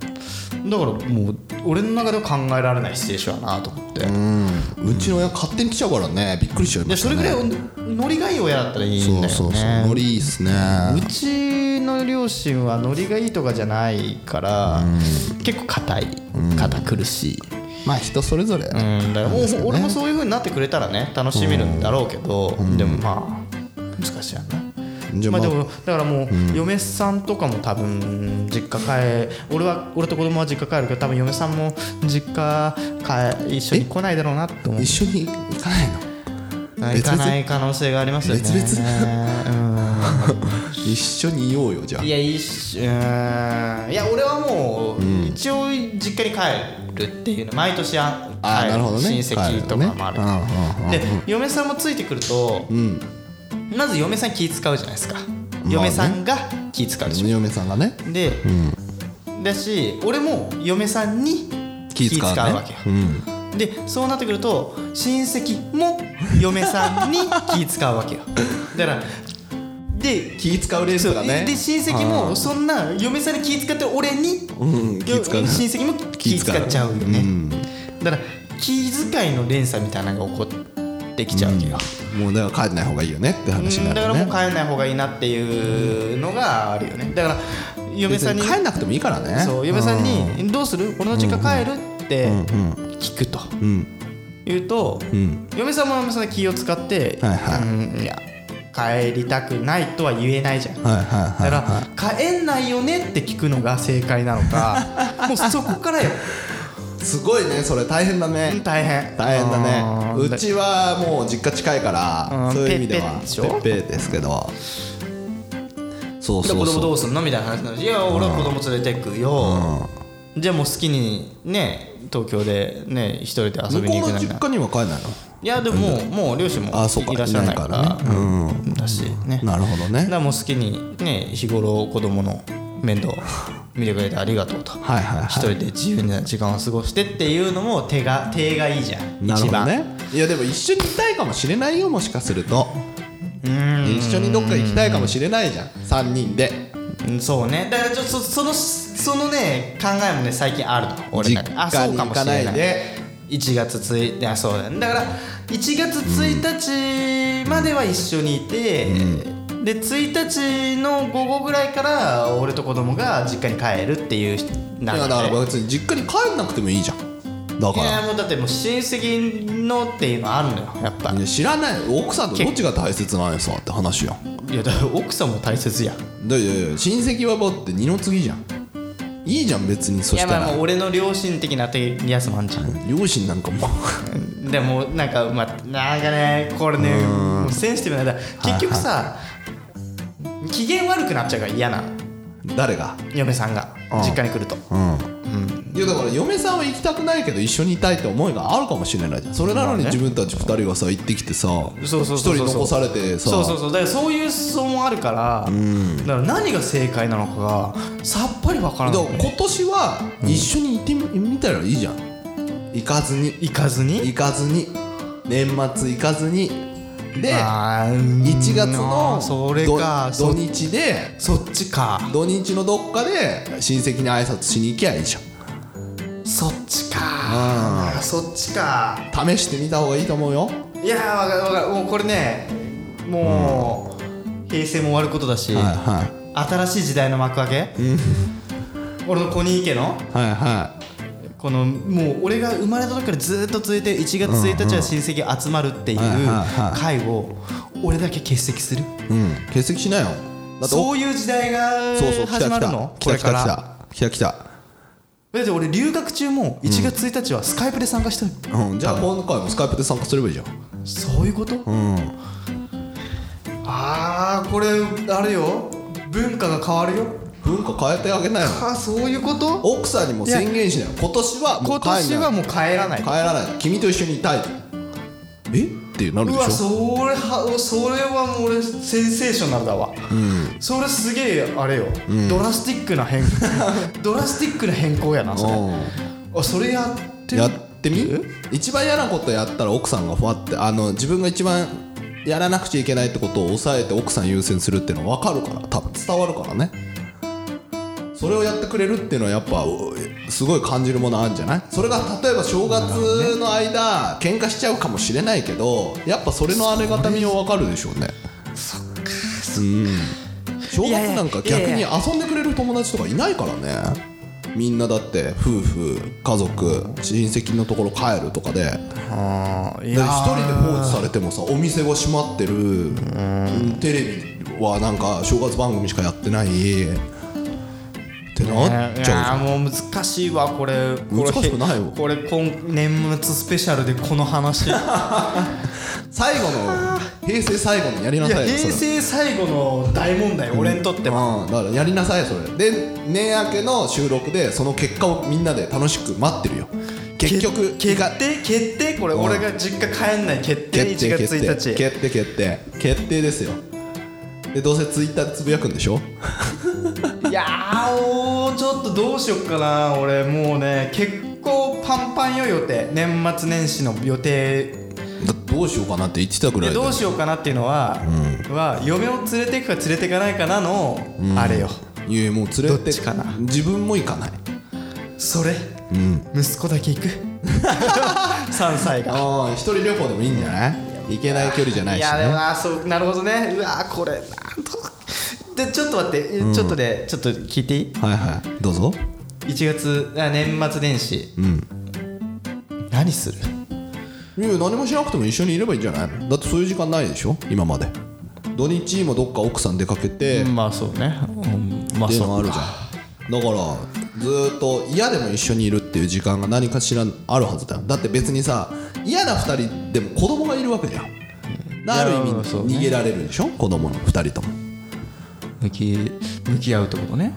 Speaker 3: だからもう俺の中では考えられないシチュエーションだなと思って、
Speaker 2: うんうちの親勝手に来ちゃうからねびっくりしちゃい
Speaker 3: で
Speaker 2: まし
Speaker 3: そ
Speaker 2: た
Speaker 3: れ
Speaker 2: ね
Speaker 3: ぐらいノリがいい親だったらいいんだよね
Speaker 2: そうそうそうノリいいっすね
Speaker 3: うちの両親はノリがいいとかじゃないから、結構硬い堅苦しい、
Speaker 2: まあ人それぞれ、
Speaker 3: うん、だからもう俺もそういう風になってくれたらね楽しめるんだろうけど、でもまあ難しいやんな
Speaker 2: じゃあ
Speaker 3: ま
Speaker 2: ま
Speaker 3: あで
Speaker 2: あ
Speaker 3: もだからもう、嫁さんとかも多分実家帰俺は俺と子供は実家帰るけど多分嫁さんも実家帰一緒に来ないだろうなって思う
Speaker 2: 一緒に行かないの
Speaker 3: 行かない可能性がありますよね
Speaker 2: 別
Speaker 3: 々
Speaker 2: 一緒にいようよじゃあ
Speaker 3: いやいいしうーんいや俺はもう、一応実家に帰るっていうの毎年あ
Speaker 2: あーなるほどね
Speaker 3: 親戚とかもある
Speaker 2: はいうんうんうん
Speaker 3: で嫁さんもついてくると、
Speaker 2: うん
Speaker 3: まず嫁さん気使うじゃないですか、
Speaker 2: ね
Speaker 3: 嫁さんが気使うでしょ、
Speaker 2: 嫁さんがね
Speaker 3: で、だし俺も嫁さんに
Speaker 2: 気使う,、ね、
Speaker 3: 気わけよ、
Speaker 2: うん
Speaker 3: でそうなってくると親戚も嫁さんに気使うわ けよだからで
Speaker 2: 気使うレースがね
Speaker 3: で親戚もそんな嫁さんに気使ってる俺に、
Speaker 2: うん気使う
Speaker 3: よ親戚も気使っちゃうよね、
Speaker 2: うん
Speaker 3: だから気遣いの連鎖みたいなのが起こってきちゃうわけよ、
Speaker 2: もうだから帰んない方がいいよねって話に
Speaker 3: う
Speaker 2: なんる
Speaker 3: だ
Speaker 2: よ
Speaker 3: からも
Speaker 2: ね
Speaker 3: う帰んない方がいいなっていうのがあるよねだから嫁さんに
Speaker 2: 別帰んなくてもいいからね
Speaker 3: そう嫁さんに「どうする俺の実家帰る?」って聞くと
Speaker 2: うん
Speaker 3: 言うと
Speaker 2: うん
Speaker 3: 嫁さんも嫁さんで気を使って「
Speaker 2: はいはい
Speaker 3: うんいや帰りたくない」とは言えないじゃん
Speaker 2: はいはいはい
Speaker 3: だから「帰んないよね」って聞くのが正解なの かもうそこからよ
Speaker 2: すごいねそれ大変だね
Speaker 3: 大変
Speaker 2: 大変
Speaker 3: あ
Speaker 2: だね
Speaker 3: ー
Speaker 2: うちはもう実家近いから
Speaker 3: うん
Speaker 2: そういう意味では
Speaker 3: ペッペでしょ
Speaker 2: ペッペですけどそう
Speaker 3: で
Speaker 2: そ
Speaker 3: 子
Speaker 2: う
Speaker 3: 供ど
Speaker 2: そう
Speaker 3: うすんのみたいな話になるしいや俺は子供連れてくよじゃあもう好きにね東京でね一人で遊
Speaker 2: 向
Speaker 3: びに
Speaker 2: こうの
Speaker 3: 行くなみ
Speaker 2: 実
Speaker 3: たいな
Speaker 2: 家には帰んないの
Speaker 3: いやでももうもう両親も
Speaker 2: あそうか
Speaker 3: いらっしゃらないから
Speaker 2: いないからねうん
Speaker 3: だしね
Speaker 2: なるほどね
Speaker 3: だからもう好きにね日頃子供の面倒見てくれてありがとうと
Speaker 2: はいはいはい
Speaker 3: 一人で自由な時間を過ごしてっていうのも手が手がいいじゃん
Speaker 2: なる
Speaker 3: 一
Speaker 2: ほど
Speaker 3: 番
Speaker 2: ねいやでも一緒にいたいかもしれないよもしかすると一緒にどっか行きたいかもしれないじゃん3人で
Speaker 3: うんそうねだからちょっとそそのそのね考えもね最近あるの俺の中
Speaker 2: 実
Speaker 3: であそ
Speaker 2: 家
Speaker 3: う
Speaker 2: に
Speaker 3: か
Speaker 2: 行
Speaker 3: もし
Speaker 2: か
Speaker 3: れ
Speaker 2: ない
Speaker 3: ない
Speaker 2: で
Speaker 3: 1月1日あそうだ,、ね、だから1月1日までは一緒にいて、で1日の午後ぐらいから俺と子供が実家に帰るっていう流れ
Speaker 2: いやだから別に実家に帰んなくてもいいじゃんだ
Speaker 3: い
Speaker 2: か
Speaker 3: や
Speaker 2: ら
Speaker 3: もうだってもう親戚のっていうのあるのよやっぱ
Speaker 2: いや知らない奥さんとどっちが大切なんですかって話よ
Speaker 3: いやだから奥さんも大切やん
Speaker 2: だいやいや親戚はだって二の次じゃんいいじゃん別にそ
Speaker 3: い
Speaker 2: し
Speaker 3: や
Speaker 2: た
Speaker 3: まあもう
Speaker 2: ら
Speaker 3: 俺の両親的なてやつもあんじゃん
Speaker 2: 両親なんかもう
Speaker 3: でもなんかまあなんかねこれねもうセンシティブなんだ結局さ機嫌悪くなっちゃうから嫌なの
Speaker 2: 誰が
Speaker 3: 嫁さんが実家に来ると
Speaker 2: うんいやだから嫁さんは行きたくないけど一緒にいたいって思いがあるかもしれないじゃんそれなのに
Speaker 3: まあ
Speaker 2: 自
Speaker 3: ね
Speaker 2: 分たち二人がさ行ってきてさ
Speaker 3: そう
Speaker 2: 一
Speaker 3: そうそうそう
Speaker 2: 人残されてさ
Speaker 3: そうそうそうだからそういう層もあるからだから何が正解なのかがさっぱりわから
Speaker 2: だ
Speaker 3: な
Speaker 2: か
Speaker 3: い
Speaker 2: ら今年は一緒に行ってみ見たらいいじゃん行かずに
Speaker 3: 行かずに
Speaker 2: 行かずに年末行かずにで
Speaker 3: あーうん
Speaker 2: 1月の
Speaker 3: それか
Speaker 2: ど土
Speaker 3: そ
Speaker 2: 日で
Speaker 3: そっちか
Speaker 2: 土日のどっかで親戚に挨拶しに行きゃいいじ
Speaker 3: そっちかそっちか
Speaker 2: ゃん試してみた方がいいと思うよ
Speaker 3: いやーわかるわかるもうこれねもう平成も終わることだし、
Speaker 2: はいは
Speaker 3: 新しい時代の幕開け、俺のコニー家の
Speaker 2: いはいはい
Speaker 3: このもう俺が生まれた時からずっと続いて1月1日は親戚集まるっていう
Speaker 2: はいはいはい
Speaker 3: 会を俺だけ欠席する
Speaker 2: うん欠席しなよだって
Speaker 3: そういう時代が
Speaker 2: そうそう来た
Speaker 3: 始ま
Speaker 2: 来
Speaker 3: るの
Speaker 2: た来
Speaker 3: これ
Speaker 2: た来
Speaker 3: か
Speaker 2: た
Speaker 3: ら
Speaker 2: 来
Speaker 3: だ
Speaker 2: た来た来た
Speaker 3: って俺留学中も1月1日はスカイプで参加してる
Speaker 2: うんじゃあ今回もスカイプで参加すればいいじゃん
Speaker 3: そういうこと
Speaker 2: うん
Speaker 3: ああこれあれよ文化が変わるよ
Speaker 2: 文化変えてあげなよ
Speaker 3: あそういうこと
Speaker 2: 奥さんにも宣言しなよ今年はもう
Speaker 3: 今
Speaker 2: 帰んない
Speaker 3: 年はもう帰らない
Speaker 2: 帰らない君と一緒にいたいえってなる
Speaker 3: う
Speaker 2: で
Speaker 3: わ
Speaker 2: しょ
Speaker 3: それはそれはもう俺センセーショナルだわ、それすげえあれよ、ドラスティックな変 ドラスティックな変更やなそれあそれやってみ
Speaker 2: やってみ一番嫌なことやったら奥さんがふわってあの自分が一番やらなくちゃいけないってことを抑えて奥さん優先するっていうの分かるから多分伝わるからねそれをやってくれるっていうのはやっぱおすごい感じるものあるんじゃないそれが例えば正月の間喧嘩しちゃうかもしれないけどやっぱそれのあれがたみを分かるでしょうねそっかそっか正
Speaker 3: いやい
Speaker 2: 月
Speaker 3: や
Speaker 2: なんか逆に遊んでくれる友達とかいないからねみんなだって夫婦家族親戚のところ帰るとかでで
Speaker 3: あーい
Speaker 2: 一
Speaker 3: や
Speaker 2: 人で放置されてもさお店が閉まってるテレビはなんか正月番組しかやってないってなっ
Speaker 3: い
Speaker 2: ち
Speaker 3: やー
Speaker 2: ゃう
Speaker 3: もう難しいわこれこれ
Speaker 2: 難しくないよ
Speaker 3: これ今年末スペシャルでこの 話いや
Speaker 2: 最後の平成最後のやりなさいよそ
Speaker 3: 平
Speaker 2: れ
Speaker 3: 成最後の大問題俺にとって
Speaker 2: う
Speaker 3: は
Speaker 2: ん、だからやりなさいそれで年明けの収録でその結果をみんなで楽しく待ってるよ結局
Speaker 3: 決定決定これ
Speaker 2: うん
Speaker 3: 俺が実家帰んない決定1
Speaker 2: 決定決定
Speaker 3: 月1日
Speaker 2: 決定決定決定ですよでどうせツイッターでつぶやくんでしょ
Speaker 3: いやーおーちょっとどうしよっかな俺もうね結構パンパンよ予定年末年始の予定
Speaker 2: だってどうしようかなって言ってたぐらい
Speaker 3: で
Speaker 2: で
Speaker 3: どうしようかなっていうのは、は嫁を連れていくか連れていかないかなの、あれよ
Speaker 2: いやもう連れて
Speaker 3: どっちかな
Speaker 2: 自分も行かない
Speaker 3: それ、息子だ け行く3歳が
Speaker 2: ああ一人旅行でもいいんじゃない行けない距離じゃないし
Speaker 3: いやでも
Speaker 2: ね
Speaker 3: なそうなるほどねうわーこれなんとでちょっと待って、ちょっとでちょっと聞いていい
Speaker 2: はいはいどうぞ
Speaker 3: 1月あ年末年始、何する
Speaker 2: いや何もしなくても一緒にいればいいんじゃないのだってそういう時間ないでしょ今まで土日もどっか奥さん出かけて、
Speaker 3: まあそうね、ま
Speaker 2: っていうのがあるじゃんだからずーっと嫌でも一緒にいるっていう時間が何かしらあるはずだよだって別にさ嫌な2人でも子供がいるわけじゃんある意味
Speaker 3: いやそうね
Speaker 2: 逃げられるでしょ、子供の2人とも
Speaker 3: 向き向き合うってことね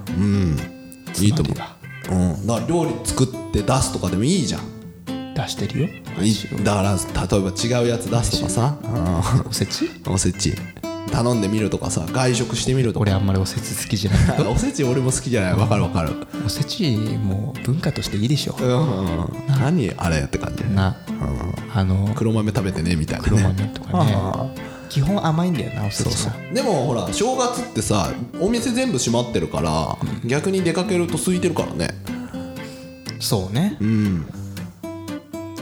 Speaker 2: いいと思う、うん、だから料理作って出すとかでもいいじゃん
Speaker 3: 出してるよ
Speaker 2: いいだから例えば違うやつ出すとかさ、
Speaker 3: おせち
Speaker 2: うん、おせち頼んでみるとかさ外食してみるとか
Speaker 3: 俺あんまりおせち好きじゃ ない
Speaker 2: おせち俺も好きじゃないわかるわかる、
Speaker 3: おせちもう文化としていいでしょ
Speaker 2: うん、何あれって感じ
Speaker 3: なあの
Speaker 2: 黒豆食べてねみたいなね
Speaker 3: 黒豆とかね基本甘いんだよなおせちは
Speaker 2: でもほら正月ってさお店全部閉まってるから、逆に出かけると空いてるからね
Speaker 3: そうね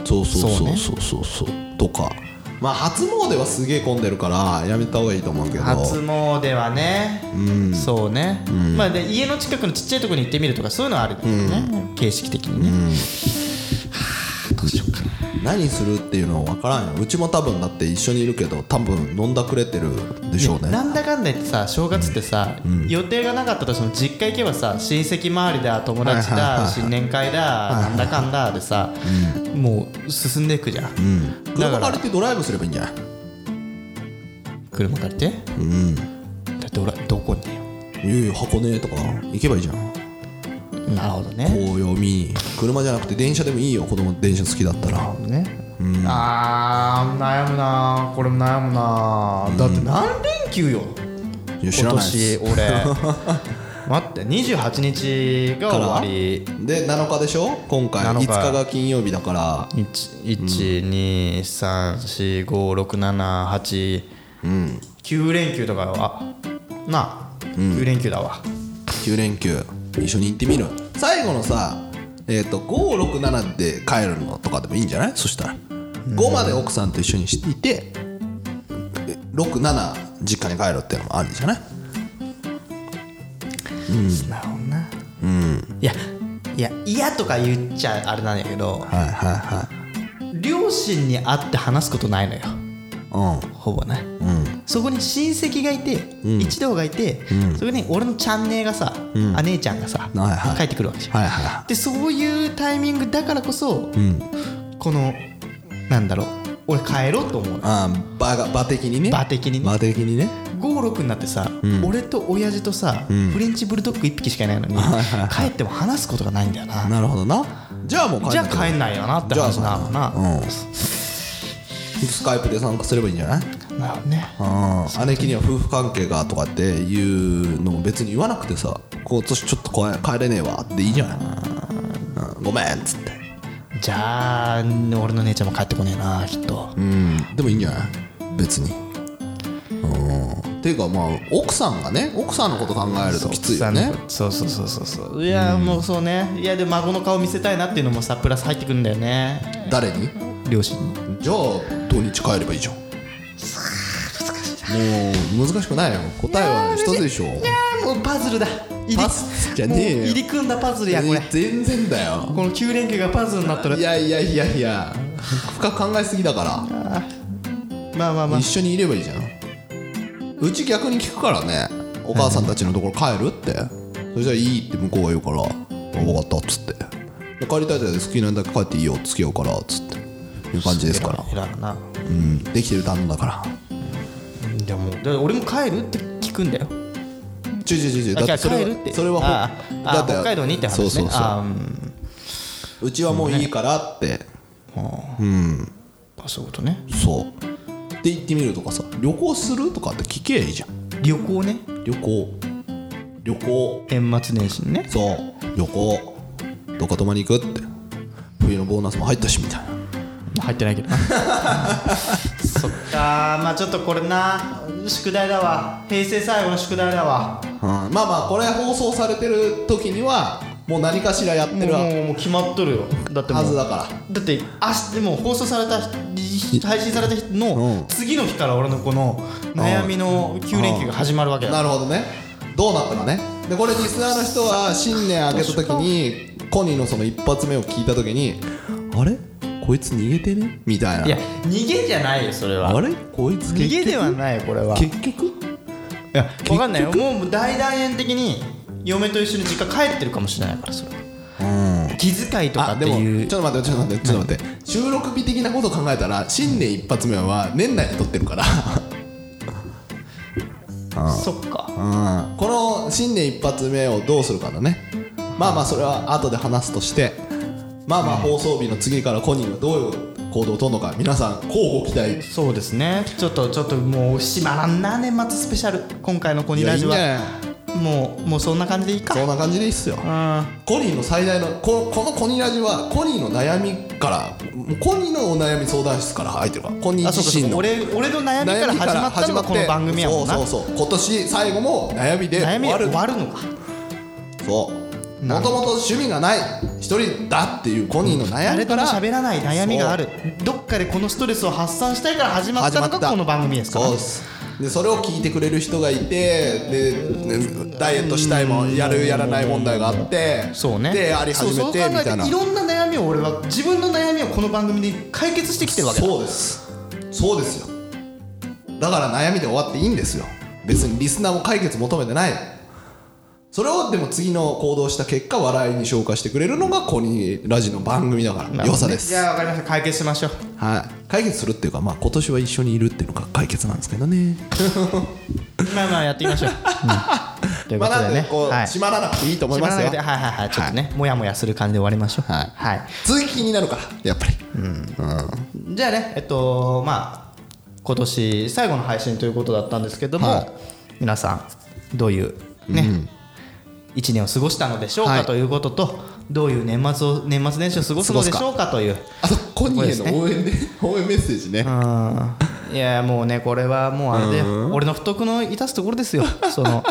Speaker 2: そうそう
Speaker 3: そう
Speaker 2: そう
Speaker 3: ね
Speaker 2: そうそうそうとかまあ初詣はすげえ混んでるからやめた方がいいと思うけど
Speaker 3: 初詣はねそうねまあで家の近くのちっちゃいところに行ってみるとかそういうのはあるけどね形式的にねはあどうしようかな
Speaker 2: 何するっていうのは分からんようちも多分だって一緒にいるけど多分飲んだくれてるでしょうね
Speaker 3: なんだかんだ言ってさ正月ってさ、予定がなかったとしても実家行けばさ親戚周りだ友達
Speaker 2: はいはいはいは
Speaker 3: だ
Speaker 2: い
Speaker 3: 新年会だなんだかんだでさ、もう進んでいくじゃん、だか
Speaker 2: 車
Speaker 3: ら
Speaker 2: 借りてドライブすればいいんじゃない
Speaker 3: 車借りて、だって俺はどこに
Speaker 2: いやいや箱根とか行けばいいじゃん
Speaker 3: なるほどね
Speaker 2: 紅葉見に車じゃなくて電車でもいいよ子供電車好きだったら
Speaker 3: ね、あー悩むなこれも悩むな、だって何連休よ
Speaker 2: いや知
Speaker 3: 今
Speaker 2: らないっす
Speaker 3: 年俺 待って28日が終わり
Speaker 2: で7日でしょ今回
Speaker 3: 7
Speaker 2: 5
Speaker 3: 日
Speaker 2: 日が金曜日だから
Speaker 3: 123456789連休とかはあなあ9連休だわ
Speaker 2: 9連休一緒に行ってみる最後のさえっ、と567で帰るのとかでもいいんじゃないそしたら5まで奥さんと一緒にしていて67実家に帰るっていうのもあるじゃない
Speaker 3: なるほどなうんいやいや嫌とか言っちゃあれなんやけど
Speaker 2: はいはい
Speaker 3: 両親に会って話すことないのよ
Speaker 2: はい
Speaker 3: ほぼね
Speaker 2: うんうん
Speaker 3: そこに親戚がいて、一同がいて、そこに俺のちゃん姉がさ、姉ちゃんがさ、
Speaker 2: はいはい
Speaker 3: 帰ってくるわけじゃん、
Speaker 2: はいは
Speaker 3: でそういうタイミングだからこそ、このなんだろう俺帰ろうと思う
Speaker 2: あー場が場的にね
Speaker 3: 場的にね
Speaker 2: 場的にね
Speaker 3: 56になってさ、俺と親父とさ、フレンチブルドッグ1匹しかいないのに、帰っても話すことがないんだよな
Speaker 2: なるほどなじゃあもう帰ん
Speaker 3: じゃ
Speaker 2: な
Speaker 3: あ
Speaker 2: きゃ
Speaker 3: 帰んないよなって
Speaker 2: じゃあ
Speaker 3: 話なのな、
Speaker 2: うんスカイプで参加すればいいんじゃない
Speaker 3: なるほどね
Speaker 2: うん姉貴には夫婦関係がとかっていうのも別に言わなくてさ今年ちょっと帰れねえわっていいじゃない、うんごめんっつって
Speaker 3: じゃあ俺の姉ちゃんも帰ってこねえなきっと、
Speaker 2: うんでもいいんじゃない別にうんていうかまあ奥さんがね奥さんのこと考えるときついよね
Speaker 3: そうそうそうそうそういやもうそうねいやでも孫の顔見せたいなっていうのもさプラス入ってくるんだよね
Speaker 2: 誰に
Speaker 3: 両親に
Speaker 2: じゃあ土日帰ればいいじゃんもう難しくないよ答えは一つでしょ
Speaker 3: あもうパズルだ入
Speaker 2: パズじゃねえよ
Speaker 3: もう入り組んだパズルやこれこ
Speaker 2: 全然だよ
Speaker 3: の9連休がパズルになっとる
Speaker 2: いやいやいやいや深く考えすぎだから
Speaker 3: まあまあまあ
Speaker 2: 一緒にいればいいじゃんうち逆に聞くからねお母さんたちのところ帰るってそしたら「いい」って向こうが言うから「分かった」っつってで帰りたい時好きなだけ帰っていいよ付き合うからっつっていう感じですから
Speaker 3: 偉い偉いな
Speaker 2: うんできてる旦那だから
Speaker 3: でもで俺も帰るって聞くんだよ
Speaker 2: ちょいちょいちょいちょいだ
Speaker 3: あ
Speaker 2: ってそれ
Speaker 3: 帰るって
Speaker 2: それはほ
Speaker 3: ああ
Speaker 2: だ
Speaker 3: あ
Speaker 2: って
Speaker 3: 北海道にって話ね
Speaker 2: そうそうそう
Speaker 3: あうん
Speaker 2: うちはもういいからって
Speaker 3: あそういうことね
Speaker 2: そうって言ってみるとかさ旅行するとかって聞けばいいじゃん
Speaker 3: 旅行ね
Speaker 2: 旅行旅行
Speaker 3: 年末年始にね
Speaker 2: そう旅行どっか泊まり行くって冬のボーナスも入ったしみたいな
Speaker 3: 入ってない けどそっかまあちょっとこれな宿題だわ平成最後の宿題だわ
Speaker 2: うんまあまあこれ放送されてる時にはもう何かしらやって
Speaker 3: もう
Speaker 2: るは
Speaker 3: もうもう決まっとるよだってもう
Speaker 2: ずだから
Speaker 3: だってあでも放送された日配信された日
Speaker 2: うん
Speaker 3: の次の日から俺のこの悩みの9連休が始まるわけだ
Speaker 2: なるほどねどうなったかねでこれリスナーの人は新年明けた時にコニーのその一発目を聞いた時にあれこいつ逃げてねみたいない
Speaker 3: や逃げじゃないよそれ
Speaker 2: あ
Speaker 3: は
Speaker 2: れこいつ
Speaker 3: 逃
Speaker 2: 結局
Speaker 3: げではないよこれは
Speaker 2: 結局
Speaker 3: いや分かんないよもう大団円的に嫁と一緒に実家帰ってるかもしれないからそれは
Speaker 2: うん
Speaker 3: 気遣いとか
Speaker 2: あ
Speaker 3: っ
Speaker 2: で
Speaker 3: て
Speaker 2: も
Speaker 3: いう
Speaker 2: ちょっと待ってちょっと待ってちょっと待って収録日的なことを考えたら新年一発目は年内に撮ってるから
Speaker 3: そっか
Speaker 2: うんこの新年一発目をどうするかだねまあまあそれは後で話すとしてまあまあ放送日の次からコニーがどういう行動をとるのか皆さん交互期待
Speaker 3: そうですねちょっとちょっともう閉まらんな年末スペシャル今回の「コニラジ
Speaker 2: い
Speaker 3: は
Speaker 2: やいいんじゃない
Speaker 3: もうもうそんな感じでいいか
Speaker 2: そんな感じでいいっすよ
Speaker 3: うん
Speaker 2: コニーの最大のここのコニラジはコニーの悩みからもうコニーのお悩み相談室から入ってるからコニー
Speaker 3: あそうかそ
Speaker 2: 自身
Speaker 3: うか
Speaker 2: の
Speaker 3: 俺俺の悩みから始まったのがこの番組やもんな
Speaker 2: そうそうそう今年最後も悩みで
Speaker 3: 悩
Speaker 2: 終
Speaker 3: み
Speaker 2: わ
Speaker 3: は
Speaker 2: る
Speaker 3: 終わるのか
Speaker 2: そう
Speaker 3: な
Speaker 2: も
Speaker 3: るほ
Speaker 2: と
Speaker 3: ど
Speaker 2: もと趣味がない一人だっていうコニーの悩
Speaker 3: 誰
Speaker 2: み
Speaker 3: と
Speaker 2: か
Speaker 3: も
Speaker 2: ら
Speaker 3: 喋らない悩みがあるどっかでこのストレスを発散したいから始まったのがこの番組ですから
Speaker 2: そうですでそれを聞いてくれる人がいてでねダイエットしたいもんやるやらない問題があって
Speaker 3: そうね
Speaker 2: であり始
Speaker 3: そう
Speaker 2: め
Speaker 3: そ
Speaker 2: て
Speaker 3: う考え
Speaker 2: みたいない
Speaker 3: ろんな悩みを俺は自分の悩みをこの番組で解決してきてるわけだ
Speaker 2: そうですそうですよだから悩みで終わっていいんですよ別にリスナーも解決求めてないそれをでも次の行動した結果笑いに消化してくれるのがコニーラジの番組だから良さです
Speaker 3: じゃあ分かりました解決しましょう
Speaker 2: はい解決するっていうかまあ今年は一緒にいるっていうのが解決なんですけどね
Speaker 3: まあまあやってみ ましょう、 という
Speaker 2: ま
Speaker 3: こ
Speaker 2: あ
Speaker 3: と
Speaker 2: な
Speaker 3: で
Speaker 2: ん
Speaker 3: ね、
Speaker 2: でこう
Speaker 3: はい
Speaker 2: 締まらなくていいと思いま
Speaker 3: 縛ら
Speaker 2: す
Speaker 3: な
Speaker 2: よ
Speaker 3: いではいはいはいちょっとね、もやもやする感じで終わりましょう
Speaker 2: はい
Speaker 3: はい、
Speaker 2: 続き気になるからやっぱり
Speaker 3: じゃあねえっとまあ今年最後の配信ということだったんですけども、
Speaker 2: はい
Speaker 3: 皆さんどういうね、一1年を過ごしたのでしょう
Speaker 2: は
Speaker 3: か
Speaker 2: い
Speaker 3: ということと、どういう年末を年末年始を過ごすのでしょうかという
Speaker 2: あとコニ
Speaker 3: そうです
Speaker 2: ーへ
Speaker 3: ね
Speaker 2: の応援で応援メッセージね
Speaker 3: いやもうねこれはもうあれで俺の不徳の致すところ ですよその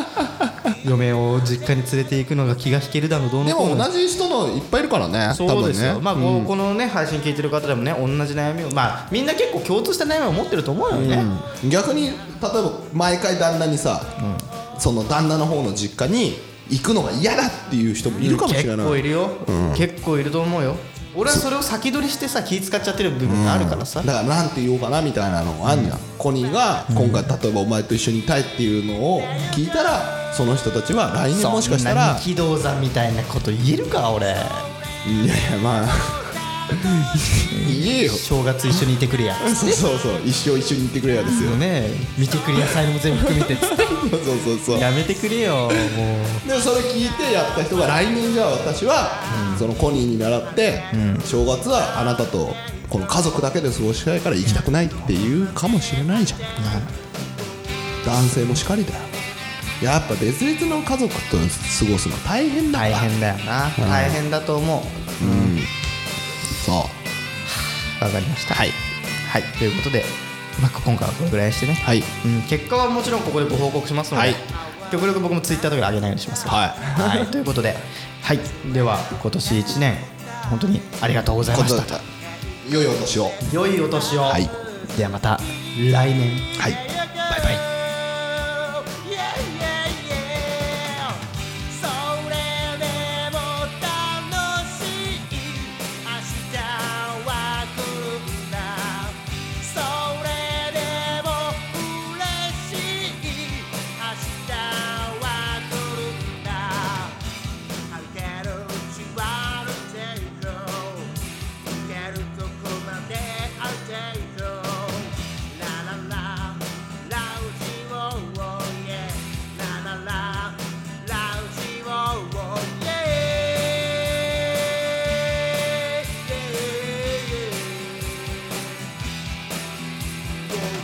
Speaker 3: 嫁を実家に連れて行くのが気が引けるだのどう
Speaker 2: で
Speaker 3: のこう
Speaker 2: も
Speaker 3: の
Speaker 2: 同じ人のいっぱいいるからね多
Speaker 3: そう
Speaker 2: 分
Speaker 3: ですよ、
Speaker 2: ね
Speaker 3: まあこう、このね配信聞いてる方でもね同じ悩みをまあみんな結構共通した悩みを持ってると思うよね、
Speaker 2: 逆に例えば毎回旦那にさ、その旦那の方の実家に行くのが嫌だっていう人もいるかもしれな
Speaker 3: 結構
Speaker 2: い
Speaker 3: いるよ、結構いると思うよ俺はそれを先取りしてさ気使っちゃってる部分があるからさ、
Speaker 2: だからなんて言おうかなみたいなのがあんじゃん、コニーが今回例えばお前と一緒にいたいっていうのを聞いたらその人たちは来年もしかした
Speaker 3: そん
Speaker 2: ら
Speaker 3: な力道山みたいなこと言えるか俺
Speaker 2: いやいやまあ言えよ
Speaker 3: 正月一緒にいてくれや
Speaker 2: そうそうそう一生一緒に行ってくれやですよ、
Speaker 3: ね見てくれ野菜も全部含めてっつって
Speaker 2: そうそうそう
Speaker 3: やめてくれよもう
Speaker 2: でそれ聞いてやった人が来年じゃあ私は、そのコニーに習って、正月はあなたとこの家族だけで過ごしたいから行きたくないっていうかもしれないじゃん、男性もしかりだよやっぱ別々の家族と過ごすの大変だから
Speaker 3: 大変だよな、大変だと思う
Speaker 2: そ
Speaker 3: わかりましたはい、はい、ということで、まあ、今回はこれぐらいにしてね、
Speaker 2: うはい
Speaker 3: うん、結果はもちろんここでご報告しますので、
Speaker 2: はい
Speaker 3: 極力僕もツイッターとかで上げないようにします
Speaker 2: はい
Speaker 3: はい、ということで、はい、では今年1年本当にありがとうございまし
Speaker 2: 今
Speaker 3: た
Speaker 2: 度良いお年を
Speaker 3: 良いお年を、
Speaker 2: はい
Speaker 3: ではまた来年
Speaker 2: はい
Speaker 3: バイバイ
Speaker 4: Yeah, yeah, yeah それでも楽しい明日は来るんだそれでも嬉しい yeah